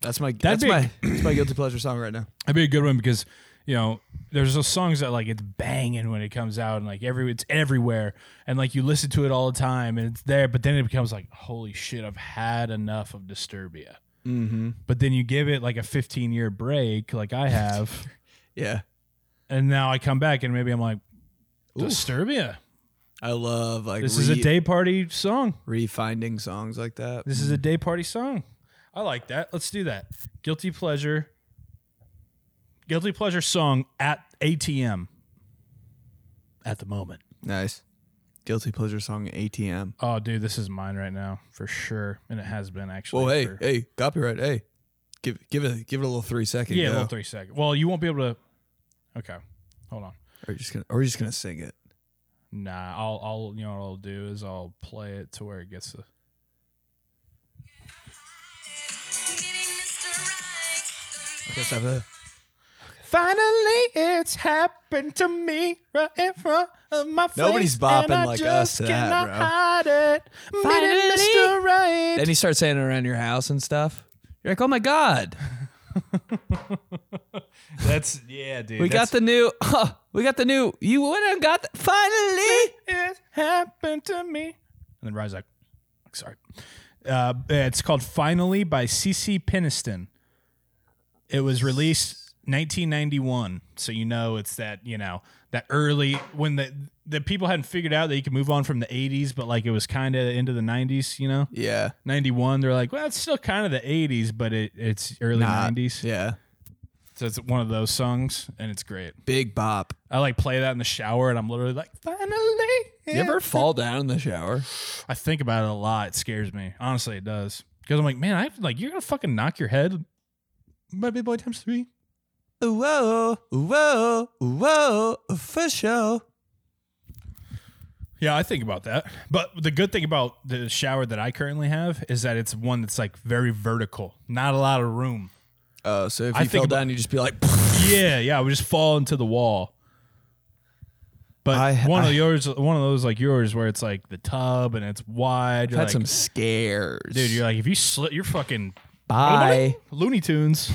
That's my that's
be-
my that's my guilty pleasure song right now.
That'd be a good one because you know there's those songs that like it's banging when it comes out and like every it's everywhere and like you listen to it all the time and it's there, but then it becomes like holy shit, I've had enough of Disturbia.
Mm-hmm.
But then you give it like a 15 year break, like I have,
Yeah.
and now I come back and maybe I'm like
Oof.
Disturbia.
I love like
This is a
re-
day party song.
refinding songs like that.
This is a day party song. I like that. Let's do that. Guilty pleasure. Guilty pleasure song at ATM. At the moment.
Nice. Guilty pleasure song ATM.
Oh, dude, this is mine right now for sure, and it has been actually.
Well, hey,
for-
hey, copyright. Hey, give give it give it a little three second.
yeah, a
go.
little three second. Well, you won't be able to. Okay, hold on.
Are you just gonna are you just gonna sing it?
Nah, I'll, I'll, you know what I'll do is I'll play it to where it gets the.
Okay, stop that.
Finally, it's happened to me right in front of my face.
Nobody's bopping
and I
like us
just
to that,
cannot
bro.
hide it. Meeting
Finally.
Mr. Right.
Then you start saying it around your house and stuff. You're like, oh my god,
That's yeah, dude.
we got the new, huh, we got the new. You went and got the, finally.
it happened to me. And then Ryan's like, sorry. Uh, it's called Finally by CC Peniston. It was released 1991, so you know it's that you know that early when the the people hadn't figured out that you could move on from the 80s, but like it was kind of into the 90s. You know,
Yeah,
91. They're like, well, it's still kind of the 80s, but it, it's early
Nah,
90s.
yeah,
So it's one of those songs, and it's great.
big bop.
I like play that in the shower, and I'm literally like, finally.
You ever fall down in the shower?
I think about it a lot. It scares me. Honestly, it does. Because I'm like, man, I like you're gonna fucking knock your head. By big boy times three.
Whoa, whoa, whoa, for sure.
Yeah, I think about that. But the good thing about the shower that I currently have is that it's one that's like very vertical, not a lot of room.
Oh, so if
I
you fell
think about-
down, you just be like,
Yeah, yeah, I would just fall into the wall. But
I-
one
I-
of yours, one of those like yours, where it's like the tub and it's wide. You're
had
like,
some scares,
dude. You're like, if you slit, you're fucking
Bye.
Looney Tunes.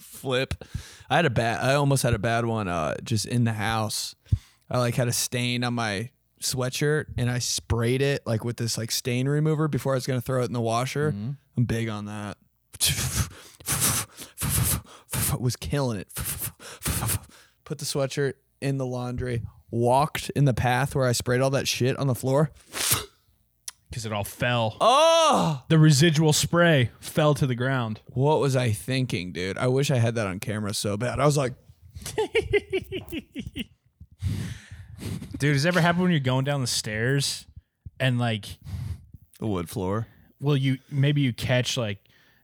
flip. I had a bad. I almost had a bad one. Uh, just in the house, I like had a stain on my sweatshirt, and I sprayed it like with this like stain remover before I was gonna throw it in the washer. I'm big on that. was killing it. Put the sweatshirt in the laundry. Walked in the path where I sprayed all that shit on the floor.
because it all fell.
Oh,
The residual spray fell to the ground.
what was I thinking, dude? I wish I had that on camera so bad. I was like,
Dude, has it ever happened when you're going down the stairs and like,
the wood floor.
well, you maybe you catch like,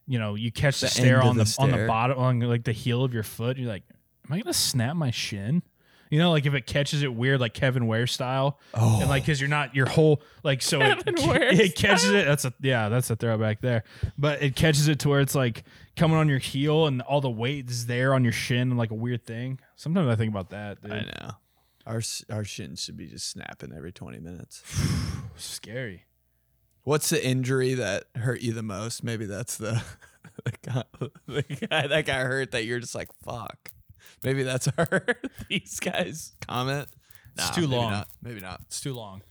you know, you catch the,
The
stair
end of
on the,
the
on the
stair.
bottom on like the heel of your foot. You're like, am I gonna snap my shin? You know, like if it catches it weird, like Kevin Ware style,
Oh.
and like because you're not your whole like so it,
Ware
it catches it. That's a yeah, that's a throwback there. But it catches it to where it's like coming on your heel and all the weight is there on your shin and like a weird thing. Sometimes I think about that. Dude.
I know. Our s- our shins should be just snapping every 20 minutes.
Scary.
What's the injury that hurt you the most? Maybe that's the the guy, the guy that got hurt that you're just like fuck. Maybe that's our these guys comment.
It's too
maybe
long.
not. Maybe not.
It's too long.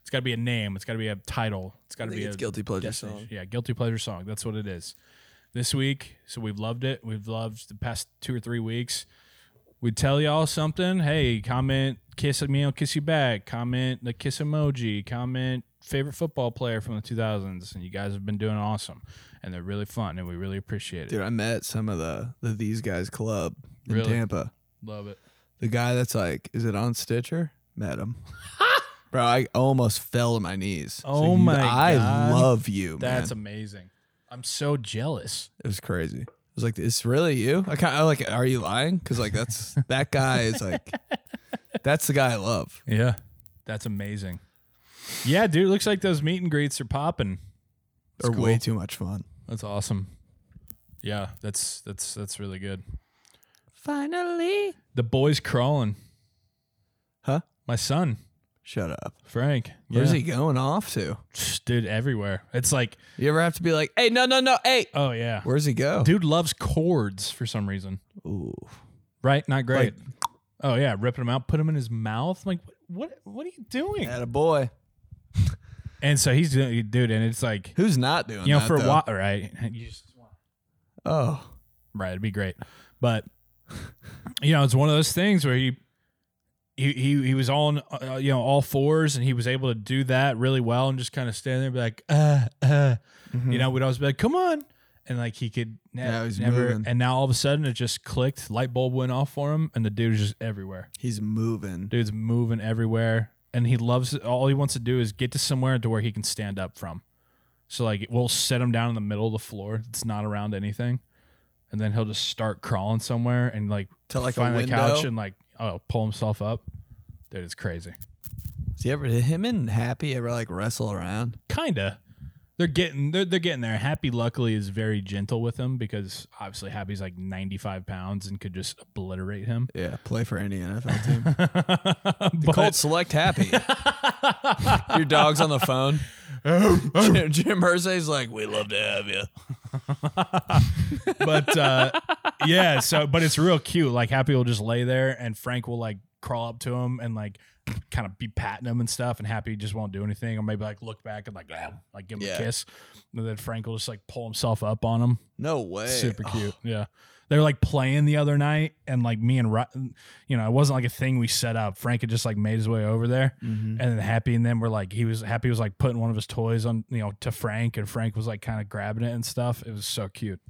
It's got to be a name. It's got to be a title. It's got
I
to
think
be a
it's guilty pleasure song.
destination. Yeah, guilty pleasure song. That's what it is. This week, so we've loved it. We've loved the past two or three weeks. We tell y'all something. Hey, comment, kiss me, I'll kiss you back. Comment the kiss emoji. Comment favorite football player from the 2000s. And you guys have been doing awesome. And they're really fun, and we really appreciate it.
Dude, I met some of the the these guys club in
Really?
Tampa.
Love it.
The guy that's like, is it on Stitcher? Met him. Bro, I almost fell to my knees.
Oh
you-
my
I
God.
love you, man.
That's amazing. I'm so jealous.
It was crazy. I was like, "It's really you?" I kind of like, "Are you lying?" Because like that's that guy is like, that's the guy I love.
Yeah. That's amazing. Yeah, dude, looks like those meet and greets are popping.
They're
cool.
way too much fun.
That's awesome. Yeah, that's that's that's really good.
Finally,
The boy's crawling.
Huh?
My son,
shut up.
Frank.
Where's
Yeah.
he going off to?
Dude, everywhere. It's like,
You ever have to be like, "Hey, no, no, no, hey."
oh yeah.
Where's he go?
Dude loves chords for some reason.
Ooh.
Right? Not great. oh yeah, ripping them out, put them in his mouth. I'm like, what what are you doing?
At a boy
And so he's doing dude, and it's like
who's not doing.
you know,
that,
for a
though?
while right? You just
Oh,
Right, it'd be great. But you know, it's one of those things where he he he, he was on uh, you know all fours and he was able to do that really well and just kind of stand there and be like, uh, uh. you know, we'd always be like, come on, and like he could ne-
Now Mm-hmm. he's
never.
moving.
And now all of a sudden it just clicked, light bulb went off for him, and the dude's just everywhere.
he's moving.
Dude's moving everywhere, and he loves. All he wants to do is get to somewhere to where he can stand up from. So like we'll set him down in the middle of the floor. It's not around anything, and then he'll just start crawling somewhere and like
To, like, a
find the
window?
couch and like oh pull himself up. Dude, it's crazy.
Is he ever him and Happy ever like wrestle around?
Kinda. They're getting they're they're getting there. Happy luckily is very gentle with him because obviously Happy's like ninety five pounds and could just obliterate him.
Yeah, play for any NFL team.
but,
Colt select Happy. Your dog's on the phone. Jim, Jim Hersey's like, we love to have you.
but uh, yeah, so but it's real cute. Like Happy will just lay there, and Frank will like crawl up to him and like kind of be patting him and stuff, and Happy just won't do anything, or maybe like look back and like ah, like give him
Yeah.
a kiss, and then Frank will just like pull himself up on him.
No way.
Super cute. Yeah. They were like playing the other night, and like me and Ru- you know, it wasn't like a thing we set up. Frank had just like made his way over there,
Mhm.
and then Happy and them were like, he was happy was like putting one of his toys on, you know, to Frank, and Frank was like kind of grabbing it and stuff. It was so cute.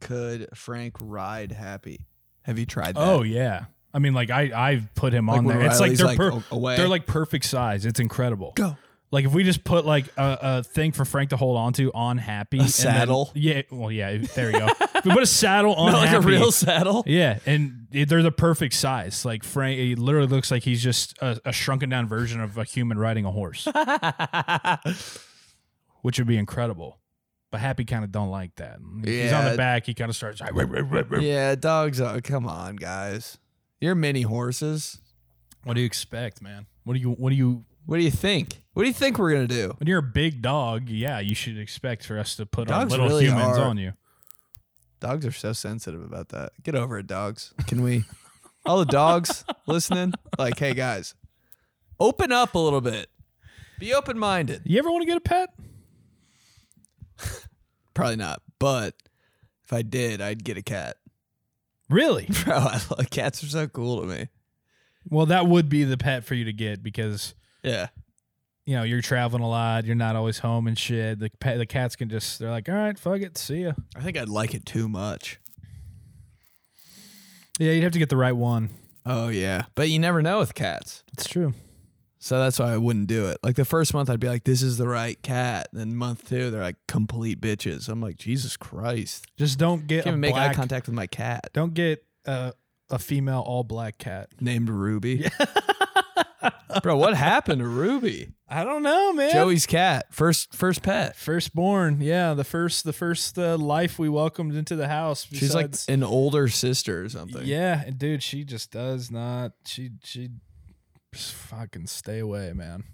Could Frank ride happy? Have you tried that?
Oh yeah, I mean, like I I put him
Like
on
when
there. It's like
Riley's,
they're
like,
per-
a- away.
they're like perfect size. It's incredible.
go.
Like if we just put like a, a thing for Frank to hold on to on Happy and then-
saddle?
yeah, well yeah, there you go. If we put a saddle on
Not like
Happy,
a real saddle.
Yeah, and it- they're the perfect size. Like Frank, it literally looks like he's just a, a shrunken down version of a human riding a horse, which would be incredible. But Happy kind of don't like that. If He's on
Yeah.
the back. He kind of starts.
yeah, dogs. Are, come on, guys. You're mini horses.
What do you expect, man? What do you? What do you?
What do you think? What do you think we're gonna do?
When you're a big dog, yeah, you should expect for us to put on
Dogs
little
really
humans
are-
on you.
Dogs are so sensitive about that. Get over it, dogs. Can we? All the dogs listening, like, hey guys, open up a little bit. Be open minded.
You ever want to get a pet?
Probably not, but if I did, I'd get a cat.
Really?
Bro, I love, cats are so cool to me.
well, that would be the pet for you to get because
Yeah.
you know you're traveling a lot. You're not always home and shit. The pet, the cats can just they're like, all right, fuck it, see ya.
I think I'd like it too much.
Yeah, you'd have to get the right one.
Oh, yeah. But you never know with cats.
It's true.
So that's why I wouldn't do it. Like the first month, I'd be like, this is the right cat. Then month two, they're like complete bitches. I'm like, Jesus Christ.
Just don't get
Can't
a
even make eye
black-
contact with my cat
Don't get uh, a female all black cat.
named Ruby. Bro, what happened to Ruby?
I don't know, man.
Joey's cat, first first pet.
Firstborn, yeah, the first, the first uh, life we welcomed into the house.
She's like
besides-
an older sister or something.
yeah, and dude, she just does not. She she, just fucking stay away, man.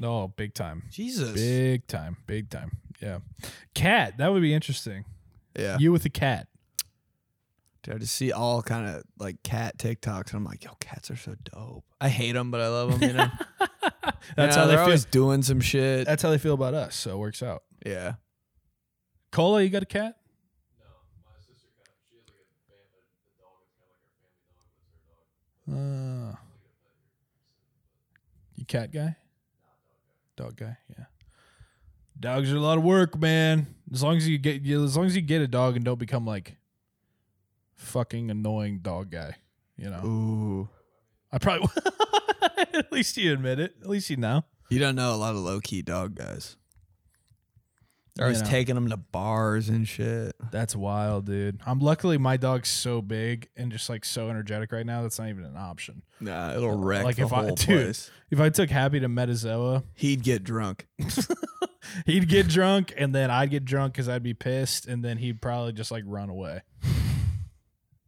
No, big time,
Jesus.
big time, big time. Yeah, cat. That would be interesting.
Yeah.
You with a cat.
Dude, I just see all kind of like cat TikToks, and I'm like, yo, cats are so dope. I hate them, but I love them. You know,
That's
You know,
how they
they're
feel.
always doing some shit.
That's how they feel about us. So it works out.
yeah,
Cola, you got a cat? No, my sister Ah. cat. She has like a fan, but the dog is kind of like her family dog. It's her dog. You cat guy? Dog guy, yeah. Dogs are a lot of work, man. As long as you get, you, as long as you get a dog and don't become like fucking annoying dog guy, you know.
ooh,
I probably. At least you admit it. At least you know.
you don't know a lot of low key dog guys. They're always
You know.
taking them to bars and shit.
That's wild, dude. I'm luckily my dog's so big and just like so energetic right now. That's not even an option.
Nah, it'll wreck
Like
the
if I-
whole
dude.
place.
If I took Happy to Metazoa,
He'd get drunk.
he'd get drunk and then I'd get drunk because I'd be pissed and then he'd probably just like run away.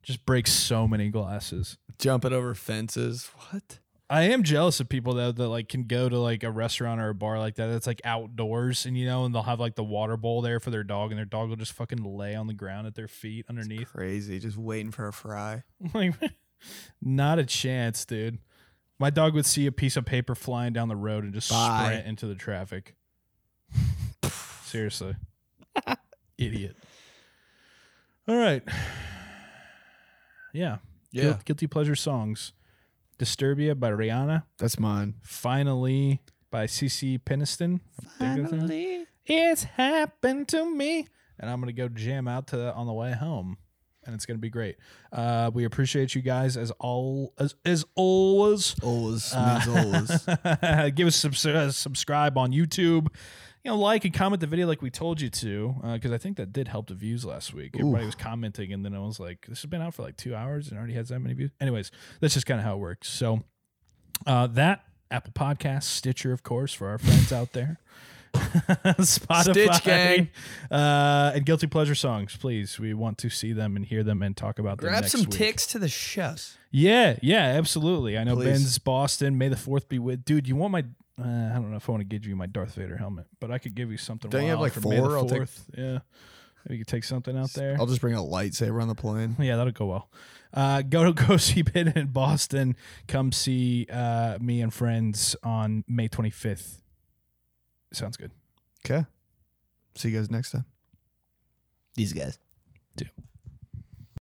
Just break so many glasses.
jumping over fences. What?
I am jealous of people though that like can go to like a restaurant or a bar like that that's like outdoors and you know and they'll have like the water bowl there for their dog and their dog will just fucking lay on the ground at their feet underneath.
Crazy. Just waiting for a fry.
Like, not a chance, dude. My dog would see a piece of paper flying down the road and just
Bye.
sprint into the traffic. Seriously. Idiot. All right. Yeah. Guil- Guilty, Pleasure Songs. Disturbia by Rihanna.
that's mine.
Finally by CC Peniston. I think that's it. It's happened to me. And I'm going to go jam out to that on the way home. And it's going to be great. Uh, we appreciate you guys as all as, as always.
Always
Uh,
means always.
give us subs- uh, subscribe on YouTube. You know, like and comment the video like we told you to, because I think that did help the views last week. Everybody
Oof.
was commenting, and then I was like, "This has been out for like two hours and already has that many views." Anyways, that's just kind of how it works. So uh, that Apple Podcasts, Stitcher, of course, for our friends out there. Spotify,
Stitch Gang.
Uh, and guilty pleasure songs, please. We want to see them and hear them and talk about them.
Grab
next
some
week.
ticks to the chefs.
Yeah, yeah, absolutely. I know
Please.
Ben's Boston. May the fourth be with. Dude, you want my? Uh, I don't know if I want to give you my Darth Vader helmet, but I could give you something.
Don't you have,
wild
like,
for May the
four? I'll take-
4th. Yeah, maybe you could take something out there.
I'll just bring a lightsaber on the plane.
Yeah, that'll go well. Uh, go to go see Ben in Boston. Come see uh, me and friends on May 25th. Sounds good.
Okay. See you guys next time. These guys.
Dude.